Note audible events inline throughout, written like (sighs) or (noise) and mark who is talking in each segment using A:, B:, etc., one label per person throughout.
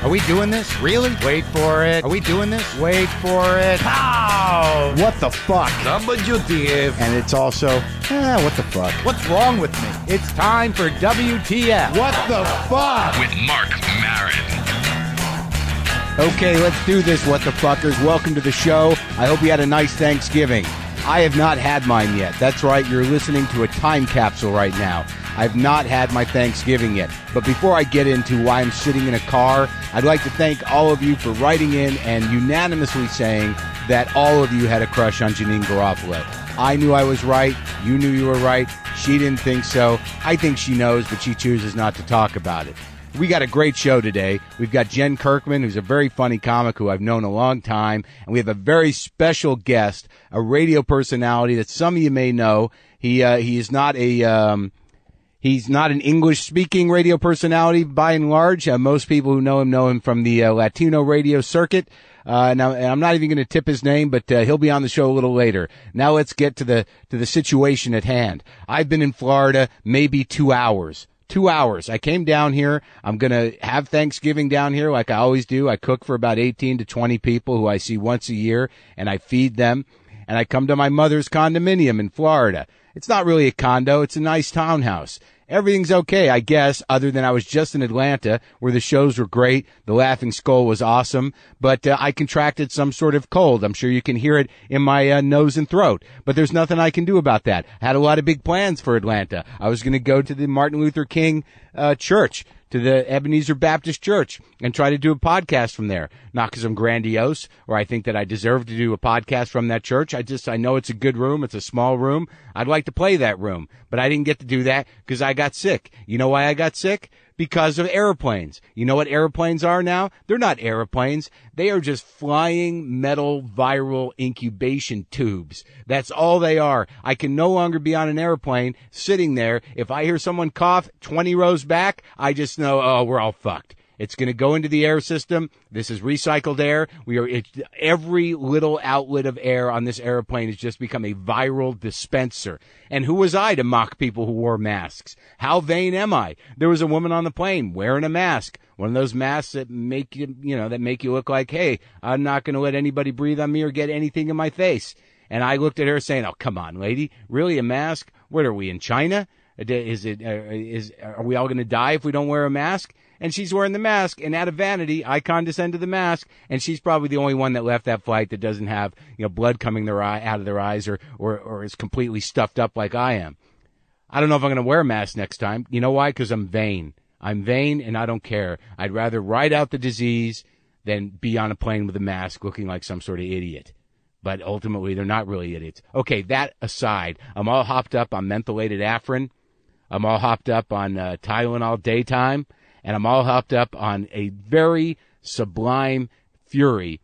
A: Are we doing this? Really? Wait for it. Are we doing this? Wait for it. Pow! What the fuck?
B: WTF.
A: And it's also, eh, what the fuck? What's wrong with me? It's time for WTF. What the fuck?
C: With Mark Marin.
D: Okay, let's do this, what the fuckers. Welcome to the show. I hope you had a nice Thanksgiving. I have not had mine yet. That's right, you're listening to a time capsule right now. I've not had my Thanksgiving yet. But before I get into why I'm sitting in a car, I'd like to thank all of you for writing in and unanimously saying that all of you had a crush on Janine Garofalo. I knew I was right. You knew you were right. She didn't think so. I think she knows, but she chooses not to talk about it. We got a great show today. We've got Jen Kirkman, who's a very funny comic who I've known a long time. And we have a very special guest, a radio personality that some of you may know. He, uh, he is not a, um, He's not an English speaking radio personality by and large. Uh, most people who know him know him from the uh, Latino radio circuit. Uh, now, and I'm not even going to tip his name, but uh, he'll be on the show a little later. Now let's get to the to the situation at hand. I've been in Florida maybe two hours. Two hours. I came down here. I'm going to have Thanksgiving down here like I always do. I cook for about 18 to 20 people who I see once a year and I feed them and I come to my mother's condominium in Florida. It's not really a condo, it's a nice townhouse. Everything's okay, I guess, other than I was just in Atlanta where the shows were great. The Laughing Skull was awesome, but uh, I contracted some sort of cold. I'm sure you can hear it in my uh, nose and throat, but there's nothing I can do about that. I had a lot of big plans for Atlanta. I was going to go to the Martin Luther King uh, church to the Ebenezer Baptist Church and try to do a podcast from there. Not because I'm grandiose or I think that I deserve to do a podcast from that church. I just, I know it's a good room. It's a small room. I'd like to play that room, but I didn't get to do that because I got sick. You know why I got sick? Because of airplanes. You know what airplanes are now? They're not airplanes. They are just flying metal viral incubation tubes. That's all they are. I can no longer be on an airplane sitting there. If I hear someone cough 20 rows back, I just know, oh, we're all fucked. It's going to go into the air system. This is recycled air. We are it, every little outlet of air on this airplane has just become a viral dispenser. And who was I to mock people who wore masks? How vain am I? There was a woman on the plane wearing a mask, one of those masks that make you, you know, that make you look like, hey, I'm not going to let anybody breathe on me or get anything in my face. And I looked at her saying, "Oh, come on, lady, really a mask? What are we in China? Is it? Uh, is are we all going to die if we don't wear a mask?" And she's wearing the mask, and out of vanity, I condescend to the mask, and she's probably the only one that left that flight that doesn't have you know blood coming their eye out of their eyes or or or is completely stuffed up like I am. I don't know if I'm going to wear a mask next time. You know why? Because I'm vain. I'm vain and I don't care. I'd rather ride out the disease than be on a plane with a mask looking like some sort of idiot. But ultimately, they're not really idiots. Okay, that aside, I'm all hopped up on mentholated Afrin. I'm all hopped up on uh, Tylenol daytime. And I'm all hopped up on a very sublime fury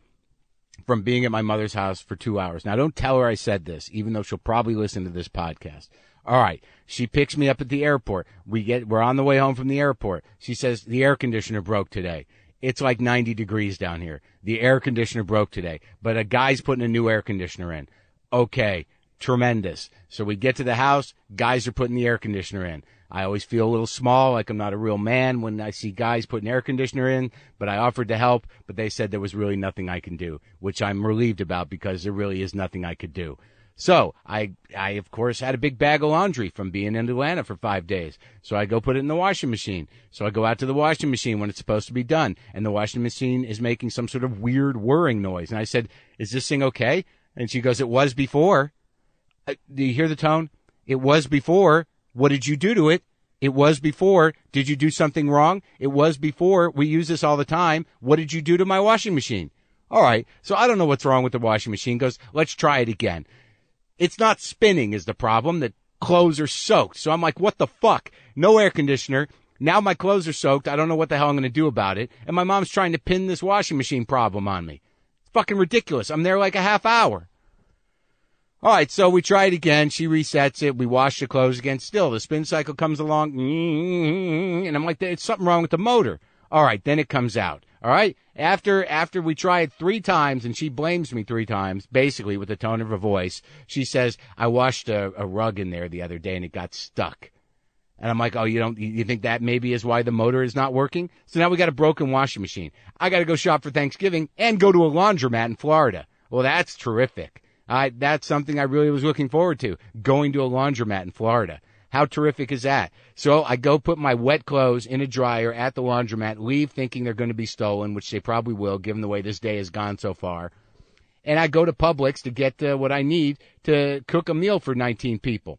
D: from being at my mother's house for two hours. Now, don't tell her I said this, even though she'll probably listen to this podcast. All right. She picks me up at the airport. We get, we're on the way home from the airport. She says, the air conditioner broke today. It's like 90 degrees down here. The air conditioner broke today, but a guy's putting a new air conditioner in. Okay. Tremendous. So we get to the house. Guys are putting the air conditioner in. I always feel a little small, like I'm not a real man when I see guys putting air conditioner in, but I offered to help, but they said there was really nothing I can do, which I'm relieved about because there really is nothing I could do. So I, I of course had a big bag of laundry from being in Atlanta for five days. So I go put it in the washing machine. So I go out to the washing machine when it's supposed to be done and the washing machine is making some sort of weird whirring noise. And I said, is this thing okay? And she goes, it was before. Uh, do you hear the tone? It was before. What did you do to it? It was before. Did you do something wrong? It was before. We use this all the time. What did you do to my washing machine? All right. So I don't know what's wrong with the washing machine. Goes, let's try it again it's not spinning is the problem. The clothes are soaked. So I'm like, what the fuck? No air conditioner. Now my clothes are soaked. I don't know what the hell I'm going to do about it. And my mom's trying to pin this washing machine problem on me. It's fucking ridiculous. I'm there like a half hour. All right, so we try it again. She resets it. We wash the clothes again. Still, the spin cycle comes along, (laughs) and I'm like, "It's something wrong with the motor." All right, then it comes out. All right, after after we try it three times, and she blames me three times, basically with the tone of her voice. She says, "I washed a, a rug in there the other day, and it got stuck." And I'm like, oh, you don't, you think that maybe is why the motor is not working? So now we got a broken washing machine. I got to go shop for Thanksgiving and go to a laundromat in Florida. Well, that's terrific. I, that's something I really was looking forward to going to a laundromat in Florida. How terrific is that? So I go put my wet clothes in a dryer at the laundromat, leave thinking they're going to be stolen, which they probably will given the way this day has gone so far and I go to Publix to get uh, what I need to cook a meal for 19 people.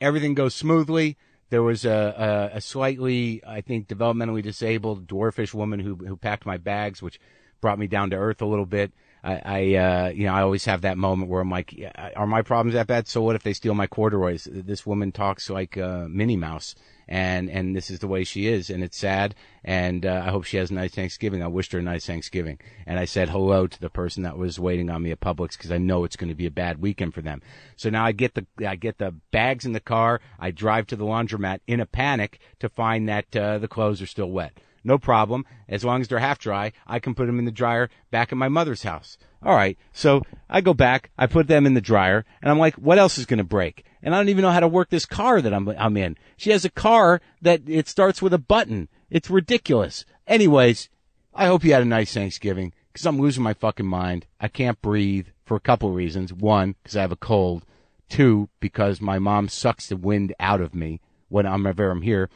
D: Everything goes smoothly. There was a, a, a slightly, I think, developmentally disabled dwarfish woman who who packed my bags, which brought me down to earth a little bit. I, I uh, you know, I always have that moment where I'm like, "Yeah, are my problems that bad? So what if they steal my corduroys? This woman talks like uh, Minnie Mouse, and and this is the way she is, and it's sad. And uh, I hope she has a nice Thanksgiving. I wished her a nice Thanksgiving, and I said hello to the person that was waiting on me at Publix because I know it's going to be a bad weekend for them. So now I get the I get the bags in the car. I drive to the laundromat in a panic to find that uh, the clothes are still wet. No problem. As long as they're half dry, I can put them in the dryer back at my mother's house. All right. So I go back, I put them in the dryer, and I'm like, what else is going to break? And I don't even know how to work this car that I'm, I'm in. She has a car that it starts with a button. It's ridiculous. Anyways, I hope you had a nice Thanksgiving because I'm losing my fucking mind. I can't breathe for a couple reasons. One, because I have a cold. Two, because my mom sucks the wind out of me when I'm ever I'm here.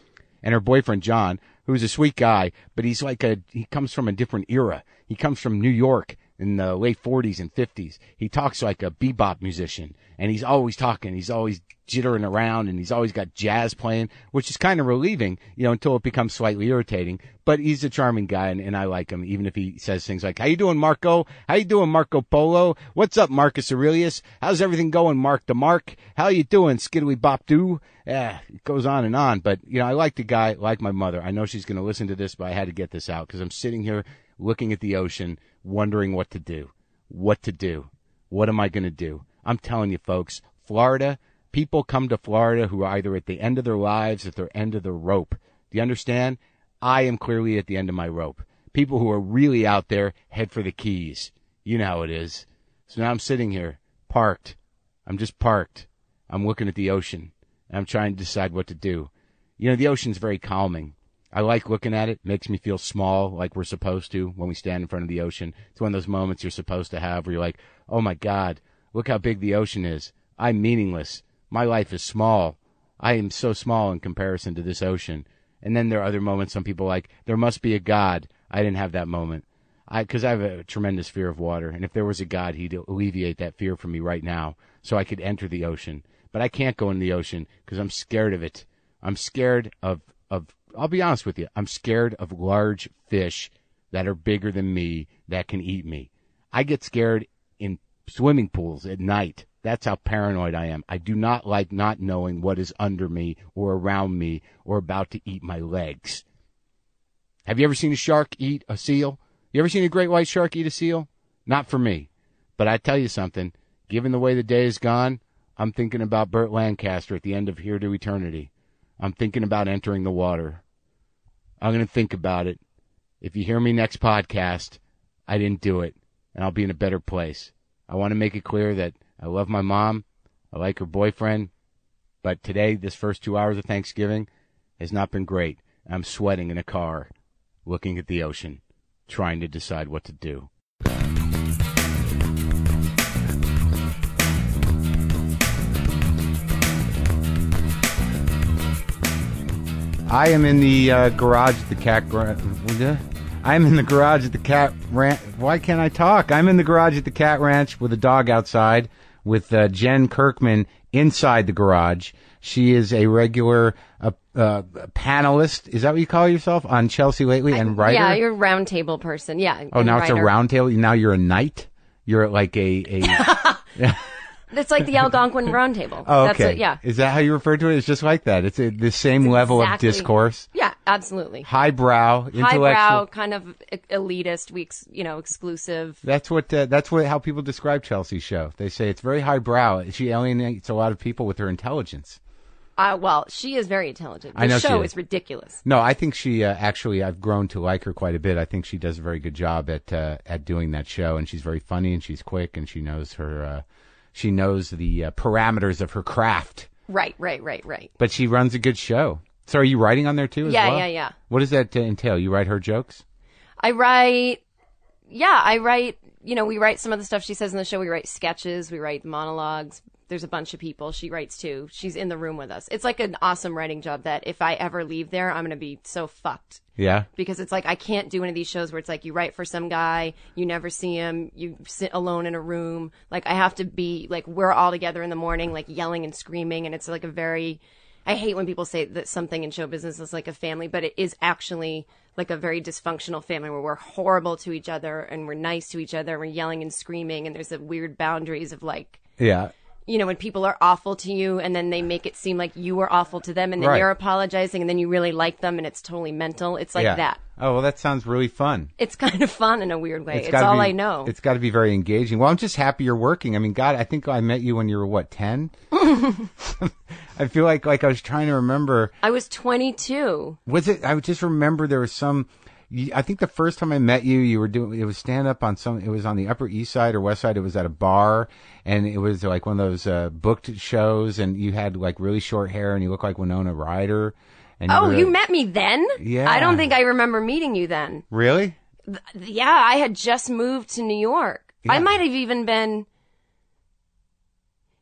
D: And her boyfriend, John, who's a sweet guy, but he's like a, he comes from a different era. He comes from New York in the late 40s and 50s. He talks like a bebop musician and he's always talking. He's always jittering around and he's always got jazz playing, which is kind of relieving, you know, until it becomes slightly irritating. But he's a charming guy and, and I like him, even if he says things like, how you doing, Marco? How you doing, Marco Polo? What's up, Marcus Aurelius? How's everything going, Mark the Mark? How you doing, Skiddly Bop Doo? Eh, it goes on and on. But, you know, I like the guy, like my mother. I know she's going to listen to this, but I had to get this out because I'm sitting here looking at the ocean, wondering what to do. What to do. What am I going to do? I'm telling you, folks, Florida, people come to Florida who are either at the end of their lives, at their end of their rope. Do you understand? I am clearly at the end of my rope. People who are really out there head for the keys. You know how it is. So now I'm sitting here, parked. I'm just parked. I'm looking at the ocean. And I'm trying to decide what to do. You know, the ocean's very calming. I like looking at it. Makes me feel small, like we're supposed to when we stand in front of the ocean. It's one of those moments you're supposed to have where you're like, oh my God, look how big the ocean is. I'm meaningless. My life is small. I am so small in comparison to this ocean. And then there are other moments, some people are like, there must be a God. I didn't have that moment. I, cause I have a tremendous fear of water. And if there was a God, he'd alleviate that fear from me right now so I could enter the ocean. But I can't go in the ocean because I'm scared of it. I'm scared of, of I'll be honest with you. I'm scared of large fish that are bigger than me that can eat me. I get scared in swimming pools at night. That's how paranoid I am. I do not like not knowing what is under me or around me or about to eat my legs. Have you ever seen a shark eat a seal? You ever seen a great white shark eat a seal? Not for me. But I tell you something, given the way the day is gone, I'm thinking about Burt Lancaster at the end of Here to Eternity. I'm thinking about entering the water. I'm going to think about it. If you hear me next podcast, I didn't do it, and I'll be in a better place. I want to make it clear that I love my mom. I like her boyfriend. But today, this first two hours of Thanksgiving, has not been great. I'm sweating in a car, looking at the ocean, trying to decide what to do. I am in the uh, garage at the cat. Gra- I'm in the garage at the cat ranch. Why can't I talk? I'm in the garage at the cat ranch with a dog outside, with uh, Jen Kirkman inside the garage. She is a regular uh, uh, panelist. Is that what you call yourself on Chelsea lately? and writer.
B: Yeah, you're a round table person. Yeah.
D: oh,
B: and
D: now it's a
B: writer.
D: round table. Now you're a knight. You're like a.
B: (laughs)
D: a
B: That's like
D: (laughs)
B: the Algonquin round table.
D: oh,
B: That's
D: okay.
B: it, yeah.
D: Is that how you refer to it? It's just like that. It's a, the same level
B: Exactly.
D: of discourse.
B: Yeah, absolutely.
D: Highbrow, intellectual.
B: Highbrow, kind of e- elitist, we ex- you know, exclusive.
D: That's what uh, that's what how people describe Chelsea's show. They say it's very highbrow. She alienates a lot of people with her intelligence.
B: Uh, well, she is very intelligent. The
D: I know she
B: show
D: is.
B: is ridiculous.
D: No, I think she uh, actually I've grown to like her quite a bit. I think she does a very good job at uh, at doing that show, and she's very funny and she's quick and she knows her uh, she knows the uh, parameters of her craft.
B: Right, right, right, right.
D: But she runs a good show. So are you writing on there too? as
B: Yeah,
D: well?
B: yeah, yeah.
D: What does that uh, entail? You write her jokes?
B: I write, yeah, I write, you know, we write some of the stuff she says in the show. We write sketches, we write monologues. There's a bunch of people. She writes too. She's in the room with us. It's like an awesome writing job that if I ever leave there, I'm going to be so fucked
D: Yeah.
B: because it's like I can't do one of these shows where it's like you write for some guy, you never see him, you sit alone in a room. Like I have to be like we're all together in the morning, like yelling and screaming, and it's like a very. I hate when people say that something in show business is like a family, but it is actually like a very dysfunctional family where we're horrible to each other and we're nice to each other and we're yelling and screaming and there's the weird boundaries of like
D: Yeah.
B: you know, when people are awful to you and then they make it seem like you were awful to them and then
D: Right.
B: you're apologizing and then you really like them and it's totally mental. It's like
D: yeah.
B: that.
D: Oh, well, that sounds really fun.
B: It's kind of fun in a weird way. It's,
D: gotta
B: all
D: be-
B: I know.
D: It's got to be very engaging. Well, I'm just happy you're working. I mean, God, I think I met you when you were what
B: (laughs)
D: ten. (laughs) I feel like like I was trying to remember.
B: I was 22.
D: Was it? I just remember there was some. you- I think the first time I met you, you were doing it was stand up on some. It was on the Upper East Side or West Side. It was at a bar, and it was like one of those uh, booked shows. And you had like really short hair, and you looked like Winona Ryder. And
B: Oh,
D: were-
B: you met me then?
D: Yeah.
B: I don't think I remember meeting you then.
D: really?
B: Yeah, I had just moved to New York. I might have even been.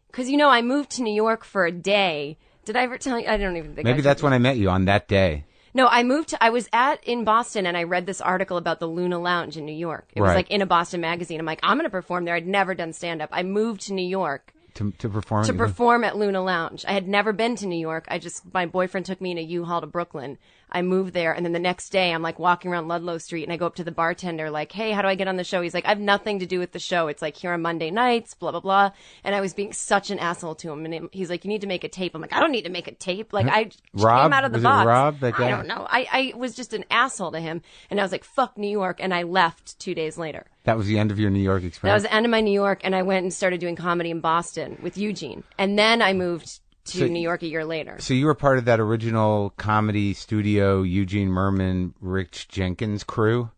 B: Because, you know, I moved to New York for a day. Did I ever tell you? I don't even think I
D: Maybe
B: told
D: that's
B: you.
D: when I met you on that day.
B: No, I moved. To, I was at in Boston, and I read this article about the Luna Lounge in New York. It was
D: Right.
B: like in a Boston magazine. I'm like, I'm going to perform there. I'd never done stand up. I moved to New York
D: To, to perform
B: to perform at Luna Lounge. I had never been to New York. I just my boyfriend took me in a U-Haul to Brooklyn. I moved there, and then the next day, I'm like walking around Ludlow Street, and I go up to the bartender, like, "Hey, how do I get on the show?" He's like, "I have nothing to do with the show. It's like here on Monday nights, blah blah blah." And I was being such an asshole to him, and it- he's like, "You need to make a tape." I'm like, "I don't need to make a tape. Like I just
D: (laughs) Rob?
B: came out of the
D: Was it
B: box.
D: Rob that guy?
B: I don't know. I I was just an asshole to him, and I was like, "Fuck New York," and I left two days later.
D: That was the end of your New York experience.
B: That was the end of my New York, and I went and started doing comedy in Boston with Eugene. And then I moved to
D: So-
B: New York a year later.
D: So you were part of that original comedy studio Eugene Merman, Rich Jenkins crew.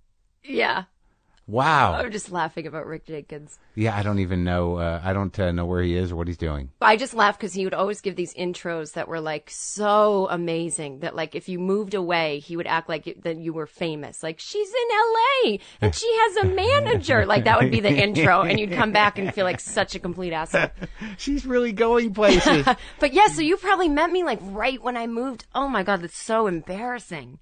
B: Yeah.
D: Wow.
B: I'm just laughing about Rick Jenkins.
D: Yeah, I don't even know. Uh, I don't uh, know where he is or what he's doing.
B: But I just laughed because he would always give these intros that were like so amazing that like if you moved away, he would act like it, that you were famous. Like she's in LA and she has a manager. like that would be the intro. And you'd come back and feel like such a complete asshole.
D: She's really going
B: (laughs)
D: places.
B: But yeah, so you probably met me like right when I moved. Oh my God, that's so embarrassing.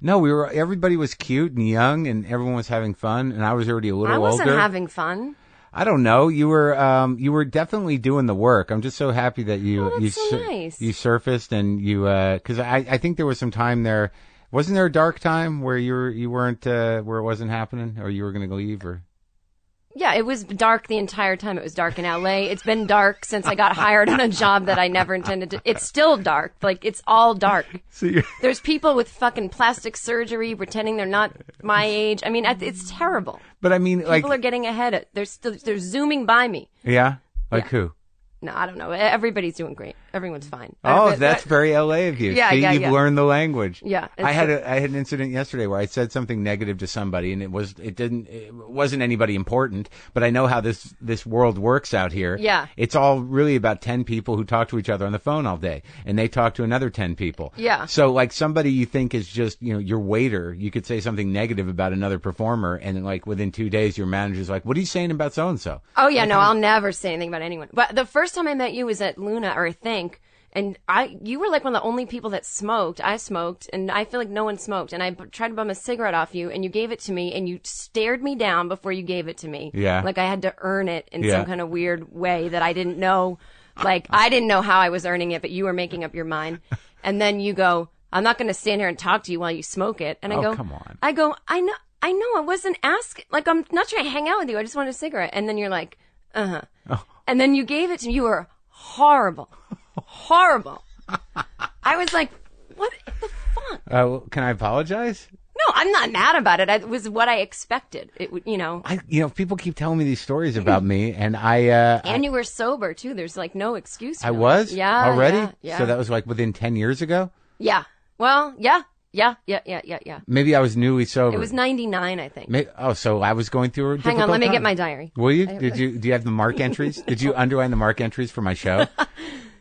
D: no, we were. Everybody was cute and young, and everyone was having fun. And I was already a little
B: I wasn't
D: older.
B: having fun.
D: I don't know. You were. Um, you were definitely doing the work. I'm just so happy that you.
B: Oh, that's
D: you
B: so
D: sur-
B: nice.
D: You surfaced and you. Because I. I think there was some time there. Wasn't there a dark time where you were you weren't uh, where it wasn't happening or you were going to leave or
B: Yeah, it was dark the entire time. It was dark in LA. It's been dark since I
D: (laughs)
B: got hired on a job that I never intended to. It's still dark. Like it's all dark.
D: so you
B: There's people with fucking plastic surgery pretending they're not my age. I mean, it- it's terrible.
D: (laughs) But I mean, like,
B: People are getting ahead. Of, they're still they're zooming by me.
D: yeah, like
B: Yeah.
D: who?
B: No, I don't know. Everybody's doing great. Everyone's fine.
D: Oh,
B: Every-
D: that's very LA of you.
B: Yeah,
D: See,
B: yeah,
D: you've
B: yeah.
D: learned the language.
B: Yeah,
D: I
B: it's
D: had a I had an incident yesterday where I said something negative to somebody, and it was it didn't it wasn't anybody important, but I know how this this world works out here.
B: Yeah.
D: it's all really about ten people who talk to each other on the phone all day, and they talk to another ten people.
B: Yeah.
D: So like somebody you think is just you know your waiter, you could say something negative about another performer, and then like within two days your manager's like, "What are you saying about so and so?"
B: Oh yeah, no, I'll never say anything about anyone. But the first time I met you was at Luna, or I think, and I you were like one of the only people that smoked. I smoked, and I feel like no one smoked. And I b- tried to bum a cigarette off you, and you gave it to me, and you stared me down before you gave it to me.
D: Yeah.
B: like I had to earn it in
D: Yeah.
B: some kind of weird way that I didn't know. Like I didn't know how I was earning it, but you were making up your mind. And then you go, "I'm not going to stand here and talk to you while you smoke it." And I
D: Oh,
B: go,
D: come on.
B: I go, I know, I know, I wasn't asking. Like, I'm not trying to hang out with you. I just wanted a cigarette. And then you're like, uh huh.
D: Oh.
B: And then you gave it to me. You were horrible,
D: (laughs)
B: horrible. I was like, what the fuck?
D: Uh, well, can I apologize?
B: No, I'm not mad about it. I, it was what I expected. It would, you know.
D: I, you know, people keep telling me these stories about me, and I, uh, I,
B: (laughs) And you were sober too. There's like no excuse.
D: I
B: really.
D: was
B: Yeah.
D: already.
B: Yeah. Yeah.
D: So that was like within ten years ago.
B: yeah. Well, yeah. Yeah. Yeah. Yeah. Yeah. Yeah.
D: Maybe I was newly sober.
B: It was 99, I think.
D: May- oh, so I was going through. A
B: Hang on.
D: difficult
B: Let me
D: time.
B: get my diary. (laughs)
D: Will you? Did you? Do you have the mark entries? Did you underline the mark entries for my show?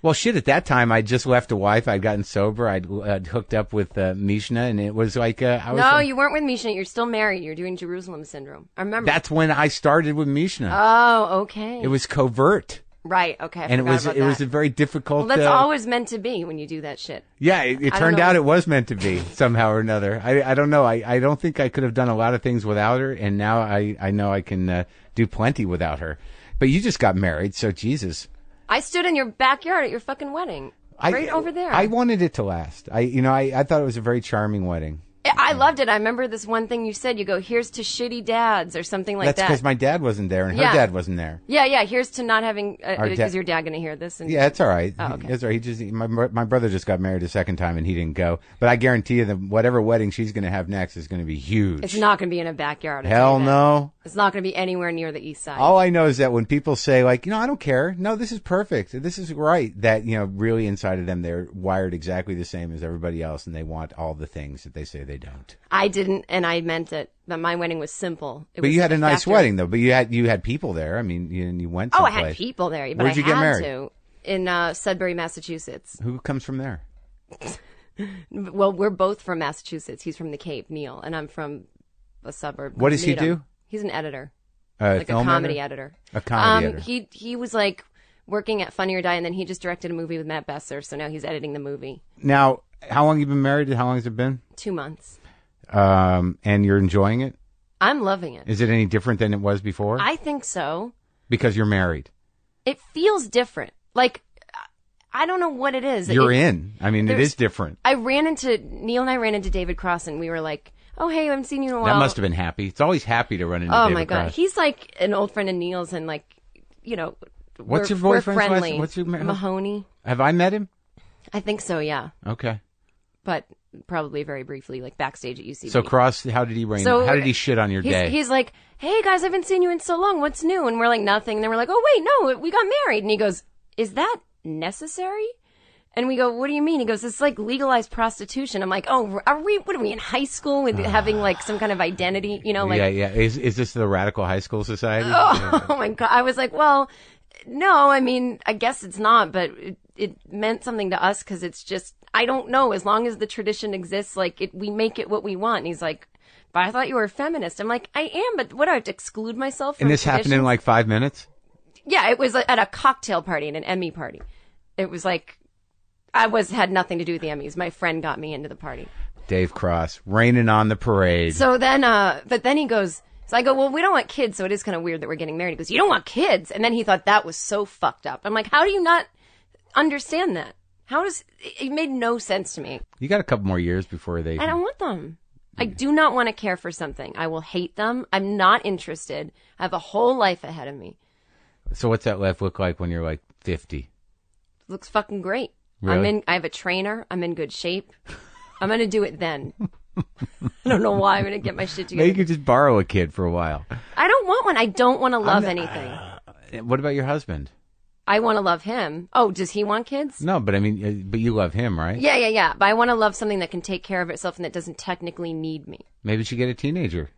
D: Well, shit, at that time, I just left a wife. I'd gotten sober. I'd, I'd hooked up with uh, Mishna, and it was like, uh, I was.
B: No,
D: like-
B: you weren't with Misha. You're still married. You're doing Jerusalem syndrome. I
D: (laughs)
B: remember.
D: That's when I started with Mishna.
B: oh, okay.
D: it was covert,
B: right. Okay. I
D: and it
B: forgot
D: was
B: about
D: it was a
B: that.
D: very difficult.
B: well, that's
D: uh,
B: always meant to be when you do that shit.
D: Yeah, it, it
B: I don't
D: turned
B: know.
D: out it was meant to be somehow or another. I, I don't know. I, I don't think I could have done a lot of things without her, and now I, I know I can uh, do plenty without her. But you just got married, so Jesus.
B: I stood in your backyard at your fucking wedding.
D: I,
B: right over there.
D: I wanted it to last. I you know I, I thought it was a very charming wedding.
B: I loved it. I remember this one thing you said. You go, here's to shitty dads or something like
D: That's
B: that.
D: because my dad wasn't there and her
B: Yeah.
D: dad wasn't there.
B: yeah, yeah. Here's to not having.
D: Our
B: Uh,
D: da-
B: is your dad going to hear this? And
D: Yeah, it's all right.
B: Oh, okay.
D: It's all right. He just my bro- my brother just got married a second time and he didn't go. But I guarantee you that whatever wedding she's going to have next is going to be huge.
B: It's not going to be in a backyard. I'll tell
D: Hell
B: you that.
D: no.
B: It's not going to be anywhere near the east side.
D: All I know is that when people say like, you know, I don't care. No, this is perfect. This is right. That you know, really inside of them, they're wired exactly the same as everybody else, and they want all the things that they say they don't.
B: I didn't, and I meant it. But my wedding was simple. It
D: But
B: was
D: you had a nice
B: factory.
D: wedding though. But you had you had people there. I mean, you, and you went.
B: Oh, I
D: Someplace.
B: had people there, but
D: Where'd
B: I
D: you get
B: had
D: married?
B: to in uh, Sudbury, Massachusetts.
D: Who comes from there?
B: Well, we're both from Massachusetts. He's from the Cape, Neil, and I'm from a suburb.
D: What
B: called
D: does he
B: Needham.
D: do?
B: He's an editor,
D: Uh,
B: like a
D: film
B: comedy
D: editor?
B: editor.
D: A comedy
B: um,
D: editor.
B: He he was like working at Funny or Die, and then he just directed a movie with Matt Besser. So now he's editing the movie.
D: Now, how long you been married? and How long has it been?
B: Two months.
D: Um, and you're enjoying it.
B: I'm loving it.
D: Is it any different than it was before?
B: I think so.
D: because you're married.
B: It feels different. Like I I don't know what it is.
D: You're
B: It-
D: in. I mean, it
B: there's-
D: is different.
B: I ran into Neil and I ran into David Cross, and we were like, "Oh, hey, I haven't seen you in a while."
D: that must have been happy. It's always happy to run into.
B: Oh
D: David
B: my god,
D: Cross.
B: he's like an old friend of Neil's, and like, you know,
D: What's
B: we're-
D: your boyfriend's
B: We're
D: last-
B: friendly.
D: what's your ma-
B: Mahoney?
D: Have I met him?
B: I think so. Yeah,
D: Okay.
B: but probably very briefly, like backstage at UCB.
D: So Cross, how did he rain?
B: So-
D: how did he shit on your
B: He's,
D: day?
B: he's like, "Hey guys, I haven't seen you in so long. What's new?" And we're like, "Nothing." And then we're like, "Oh wait, no, we got married." And he goes, "Is that necessary?" And we go, "What do you mean?" He goes, "It's like legalized prostitution." I'm like, "Oh, are we? What are we in high
D: (sighs)
B: school with having like some kind of identity? You know, like
D: yeah, yeah. Is is this the radical high school society?
B: oh my god i was like well no i mean i guess it's not but it, it meant something to us because it's just i don't know as long as the tradition exists like it, we make it what we want and he's like but i thought you were a feminist i'm like i am but what do i have to exclude myself from
D: and this happened in
B: traditions?
D: like five minutes.
B: yeah it was like, at a cocktail party at an emmy party it was like i was had nothing to do with the emmys my friend got me into the party
D: Dave Cross raining on the parade.
B: So then, uh, but then he goes, so I go, well, we don't want kids, so it is kind of weird that we're getting married. He goes, you don't want kids. And then he thought that was so fucked up. I'm like, how do you not understand that? How does, it- it made no sense to me.
D: you got a couple more years before they.
B: I don't want them. I do not want to care for something. I will hate them. I'm not interested. I have a whole life ahead of me.
D: So what's that life look like when you're like fifty?
B: looks fucking great. I'm
D: Really?
B: in. I have a trainer. I'm in good shape. I'm gonna do it then. (laughs) I don't know why I'm gonna get my
D: Maybe
B: shit together.
D: you could just borrow a kid for a while.
B: I don't want one. I don't want to love anything.
D: Uh, What about your husband?
B: I want to love him. Oh, does he want kids?
D: No, but I mean, uh, but you love him, right?
B: Yeah, yeah, yeah. But I want to love something that can take care of itself and that doesn't technically need me.
D: Maybe you should get a teenager.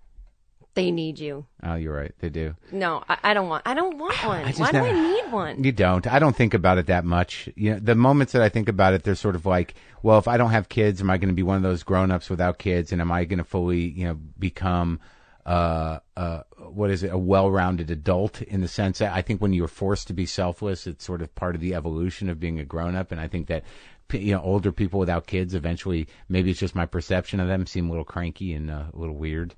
B: They need you.
D: Oh, you're right. They do.
B: No, I, I don't want. I
D: (sighs)
B: don't want one.
D: just
B: Why do
D: never-
B: I need one?
D: You don't. I don't think about it that much. You know, the moments that I think about it, they're sort of like, well, if I don't have kids, am I going to be one of those grown-ups without kids, and am I going to fully, you know, become, uh, uh, what is it, a well-rounded adult in the sense that I think when you're forced to be selfless, it's sort of part of the evolution of being a grown-up, and I think that. p- You know, older people without kids eventually, maybe it's just my perception of them, seem a little cranky and uh, a little weird.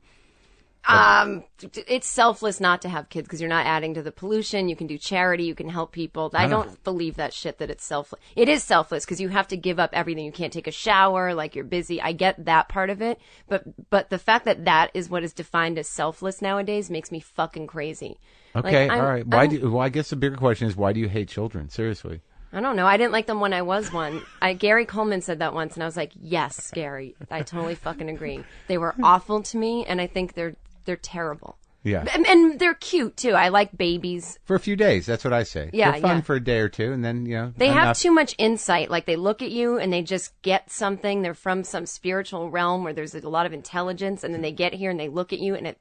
B: Um, it's selfless not to have kids because you're not adding to the pollution. You can do charity. You can help people. I don't believe that shit that it's selfless. It is selfless because you have to give up everything. You can't take a shower. Like you're busy. I get that part of it. But, but the fact that that is what is defined as selfless nowadays makes me fucking crazy. Like,
D: Okay,
B: I'm-
D: all right. Why
B: I'm-
D: do? Well, I guess the bigger question is why do you hate children? Seriously.
B: I don't know. I didn't like them when I was one. I, Gary Coleman said that once, and I was like, "Yes, Gary, I totally fucking agree. They were awful to me, and I think they're they're terrible.
D: Yeah.
B: and, and they're cute too. I like babies.
D: for a few days. That's what I say.
B: Yeah,
D: They're fun
B: yeah.
D: for a day or two, and then you know
B: They have
D: enough.
B: too much insight. Like they look at you and they just get something. They're from some spiritual realm where there's a lot of intelligence, and then they get here and they look at you, and it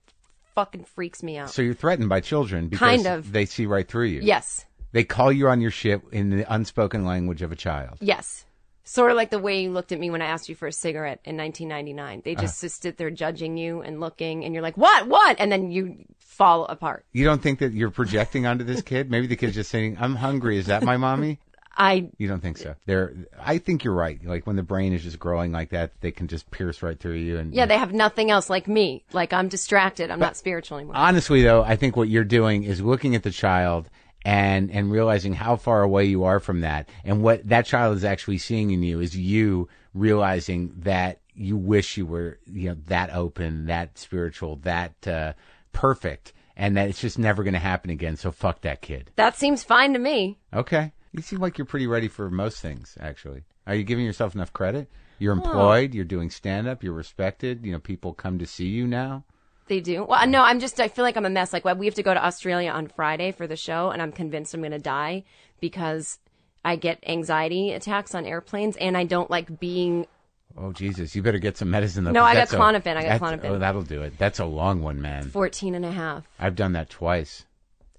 B: fucking freaks me out.
D: So you're threatened by children because
B: Kind of.
D: they see right through you.
B: yes,
D: They call you on your shit in the unspoken language of a child.
B: Yes. Sort of like the way you looked at me when I asked you for a cigarette in 1999. They just just sit there judging you and looking, and you're like, what, what? And then you fall apart.
D: You don't think that you're projecting onto this kid? Maybe the kid's just saying, "I'm hungry. Is that my mommy?"
B: I,
D: You don't think so? There, I think you're right. Like when the brain is just growing like that, they can just pierce right through you. And
B: yeah, they have nothing else like me. Like, I'm distracted. I'm not spiritual anymore.
D: honestly though i think what you're doing is looking at the child and and realizing how far away you are from that and what that child is actually seeing in you is you realizing that you wish you were you know that open that spiritual that uh, perfect and that it's just never going to happen again so fuck that kid
B: that seems fine to me.
D: okay you seem like you're pretty ready for most things actually are you giving yourself enough credit you're employed you're doing stand up you're respected you know people come to see you now
B: They do. Well, no, I'm just, I feel like I'm a mess. Like, well, we have to go to Australia on Friday for the show, and I'm convinced I'm going to die because I get anxiety attacks on airplanes, and I don't like being,
D: Oh Jesus! You better get some medicine. Though,
B: No, I
D: That's
B: got
D: a-
B: Klonopin. I
D: that's-
B: got Klonopin.
D: Oh, that'll do it. That's a long one, man.
B: 14 and a half.
D: I've done that twice.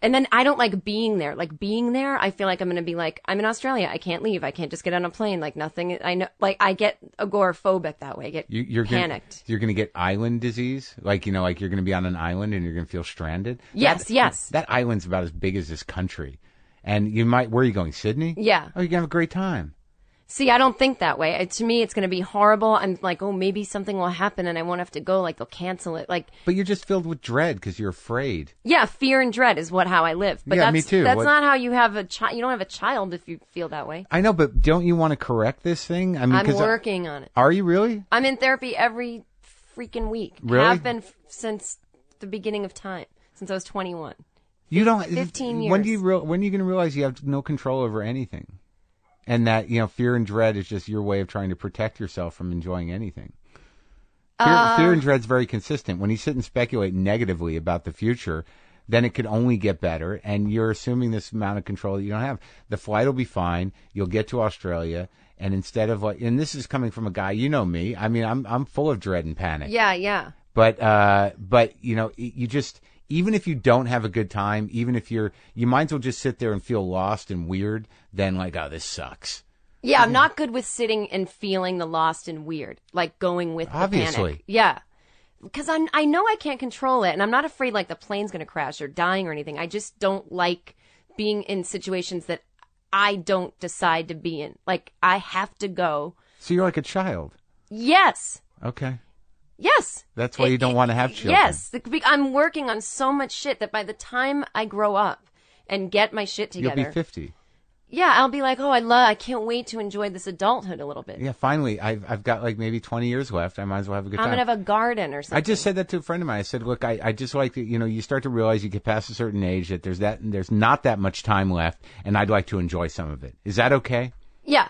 B: And then I don't like being there. Like being there, I feel like I'm going to be like, I'm in Australia. I can't leave. I can't just get on a plane. Like nothing. I know. Like I get agoraphobic that way. I get
D: You, you're gonna-
B: panicked.
D: you're going to get island disease. Like you know, like you're going to be on an island and you're going to feel stranded.
B: Yes,
D: That-
B: yes.
D: That island's about as big as this country, and you might. Where are you going, Sydney?
B: Yeah.
D: Oh, you're going to have a great time.
B: See, I don't think that way. It, to me, it's going to be horrible. I'm like, oh, maybe something will happen and I won't have to go. Like they'll cancel it. Like,
D: But you're just filled with dread because you're afraid.
B: yeah, fear and dread is what how I live. But
D: Yeah,
B: that's,
D: me too.
B: That's
D: What-
B: not how you have a child. You don't have a child if you feel that way.
D: I know, but don't you want to correct this thing? I mean,
B: I'm
D: 'cause I-
B: working on it.
D: are you really?
B: I'm in therapy every freaking week.
D: Really?
B: Have been f- since the beginning of time, since I was 21.
D: You don't.
B: 15
D: When do you
B: years.
D: real, when are you going to realize you have no control over anything, and that you know fear and dread is just your way of trying to protect yourself from enjoying anything. Fear, fear and dread's very consistent. When you sit and speculate negatively about the future, then it could only get better, and you're assuming this amount of control that you don't have. The flight will be fine. You'll get to Australia, and instead of like, and this is coming from a guy you know me. I mean, I'm I'm full of dread and panic
B: Yeah, yeah.
D: but uh but you know y- you just even if you don't have a good time even if you're you might as well just sit there and feel lost and weird than like oh this sucks
B: Yeah,
D: Mm-hmm.
B: I'm not good with sitting and feeling the lost and weird, like going with the
D: Obviously.
B: panic. Yeah, because I'm I know I can't control it, and I'm not afraid like the plane's going to crash or dying or anything. I just don't like being in situations that I don't decide to be in. Like I have to go.
D: so you're like a child
B: Yes,
D: okay
B: yes.
D: that's why you don't want to have children
B: Yes, the- be- I'm working on so much shit that by the time I grow up and get my shit
D: you'll
B: together,
D: be 50
B: yeah, I'll be like, oh, I love, I can't wait to enjoy this adulthood a little bit.
D: yeah finally i've, I've got like maybe 20 years left i might as well have a good
B: I'm
D: time
B: gonna have a garden or something.
D: I just said that to a friend of mine. I said, "Look, I, I just like to, you know, you start to realize you get past a certain age that there's that there's not that much time left, and I'd like to enjoy some of it. Is that okay?
B: Yeah.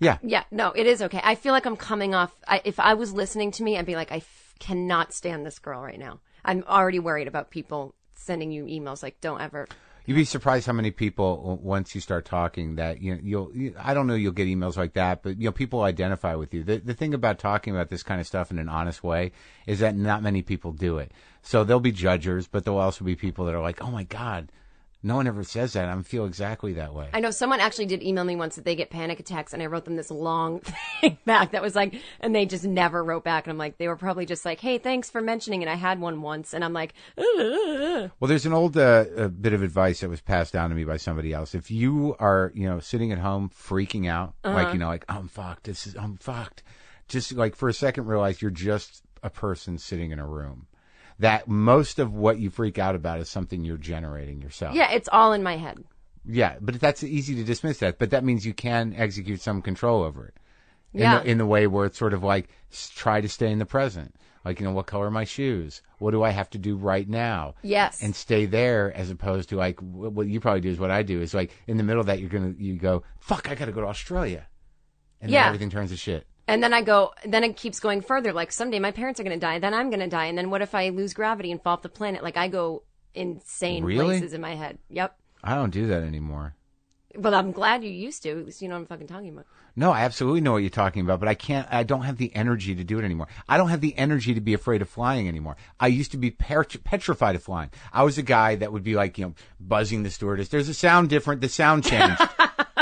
D: Yeah.
B: Yeah. No, it is okay. I feel like I'm coming off. I, if I was listening to me, I'd be like, I f- cannot stand this girl right now. I'm already worried about people sending you emails like, don't ever.
D: You'd be surprised how many people w- once you start talking that you know, you'll you, I don't know you'll get emails like that, but you know people identify with you. The the thing about talking about this kind of stuff in an honest way is that not many people do it. So there'll be judgers, but there'll also be people that are like, "Oh my god, no one ever says that. I feel exactly that way."
B: I know someone actually did email me once that they get panic attacks, and I wrote them this long (laughs) thing back that was like, and they just never wrote back. And I'm like, they were probably just like, hey, thanks for mentioning it. I had one once, and I'm like,
D: Well, there's an old uh, uh, bit of advice that was passed down to me by somebody else. If you are, you know, sitting at home freaking out,
B: Uh-huh.
D: like you know, like I'm fucked. This is I'm fucked. Just like for a second, realize you're just a person sitting in a room. That most of what you freak out about is something you're generating yourself.
B: yeah, it's all in my head.
D: Yeah, but that's easy to dismiss that. But that means you can execute some control over it. In
B: Yeah.
D: The, in the way where it's sort of like s- try to stay in the present. Like, you know, what color are my shoes? What do I have to do right now?
B: Yes.
D: And stay there as opposed to like wh- what you probably do is what I do is like in the middle of that you're gonna you go fuck I gotta go to Australia, and
B: Yeah.
D: then everything turns to shit.
B: And then I go, then it keeps going further. Like someday my parents are going to die, then I'm going to die. And then what if I lose gravity and fall off the planet? Like I go insane
D: Really?
B: places in my head. Yep.
D: I don't do that anymore.
B: But I'm glad you used to. At least you know what I'm fucking talking about.
D: No, I absolutely know what you're talking about, but I can't, I don't have the energy to do it anymore. I don't have the energy to be afraid of flying anymore. I used to be per- petrified of flying. I was a guy that would be like, you know, buzzing the stewardess. There's a sound different. The sound changed.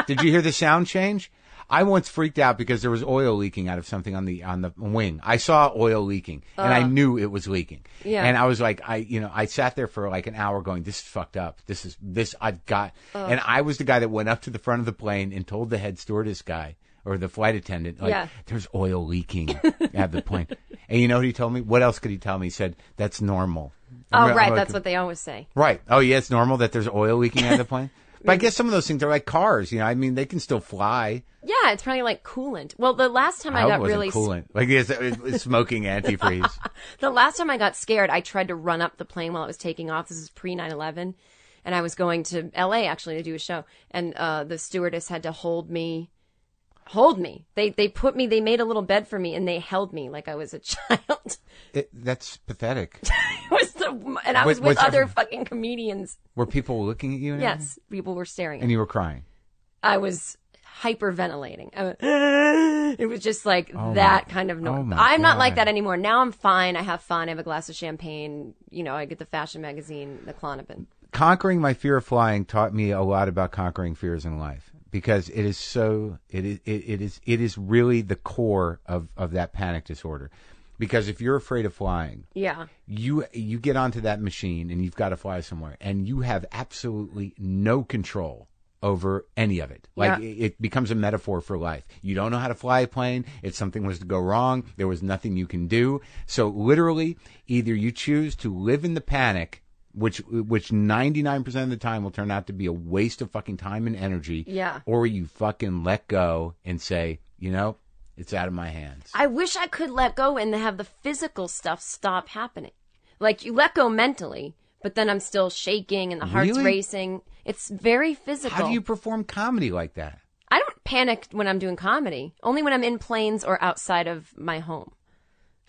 D: Did you hear the sound change? I once freaked out because there was oil leaking out of something on the on the wing. I saw oil leaking, and I knew it was leaking.
B: Uh. Yeah.
D: And I was like, I you know, I sat there for like an hour going, "This is fucked up. This is this I've got." And I was the guy that went up to the front of the plane and told the head stewardess guy or the flight attendant, like,
B: Yeah.
D: "There's oil leaking at the plane." And you know what he told me? What else could he tell me? He said, "That's normal."
B: Oh,
D: I'm
B: right.
D: like,
B: That's what they always say.
D: Right. Oh, yeah, it's normal that there's oil leaking out of the
B: (laughs)
D: plane. But I guess some of those things are like cars, you know. I mean, they can still fly.
B: Yeah, it's probably like coolant. Well, the last time I,
D: hope
B: got
D: it wasn't
B: really s-
D: coolant. Like it's, it's smoking
B: (laughs)
D: antifreeze.
B: The last time I got scared, I tried to run up the plane while it was taking off. This is pre 9 11. And I was going to LA actually to do a show. And uh, the stewardess had to hold me. Hold me. They they put me, they made a little bed for me and they held me like I was a (laughs) child.
D: It, that's
B: (laughs)
D: pathetic.
B: it was the, and I was
D: Wait, was-
B: with Mm-hmm. other fucking comedians.
D: Were people looking at you? and everything?
B: Yes, people were staring. at
D: And
B: me.
D: you were crying.
B: I was hyperventilating. I went, (gasps) it was just like that kind of
D: oh
B: noise.
D: my
B: I'm not like
D: God.
B: that anymore. Now I'm fine. I have fun. I have a glass of champagne. You know, I get the fashion magazine, the Klonopin.
D: Conquering my fear of flying taught me a lot about conquering fears in life because it is so it is it, it is it is really the core of of that panic disorder. Because if you're afraid of flying,
B: Yeah.
D: you you get onto that machine and you've got to fly somewhere and you have absolutely no control over any of it like
B: Yeah.
D: it, it becomes a metaphor for life you don't know how to fly a plane if something was to go wrong there was nothing you can do so literally either you choose to live in the panic which which 99% of the time will turn out to be a waste of fucking time and energy
B: Yeah.
D: or you fucking let go and say you know it's out of my hands
B: I wish I could let go and have the physical stuff stop happening. Like you let go mentally, but then I'm still shaking and the heart's
D: Really?
B: racing. It's very physical.
D: how do you perform comedy like that
B: I don't panic when I'm doing comedy. Only when I'm in planes or outside of my home.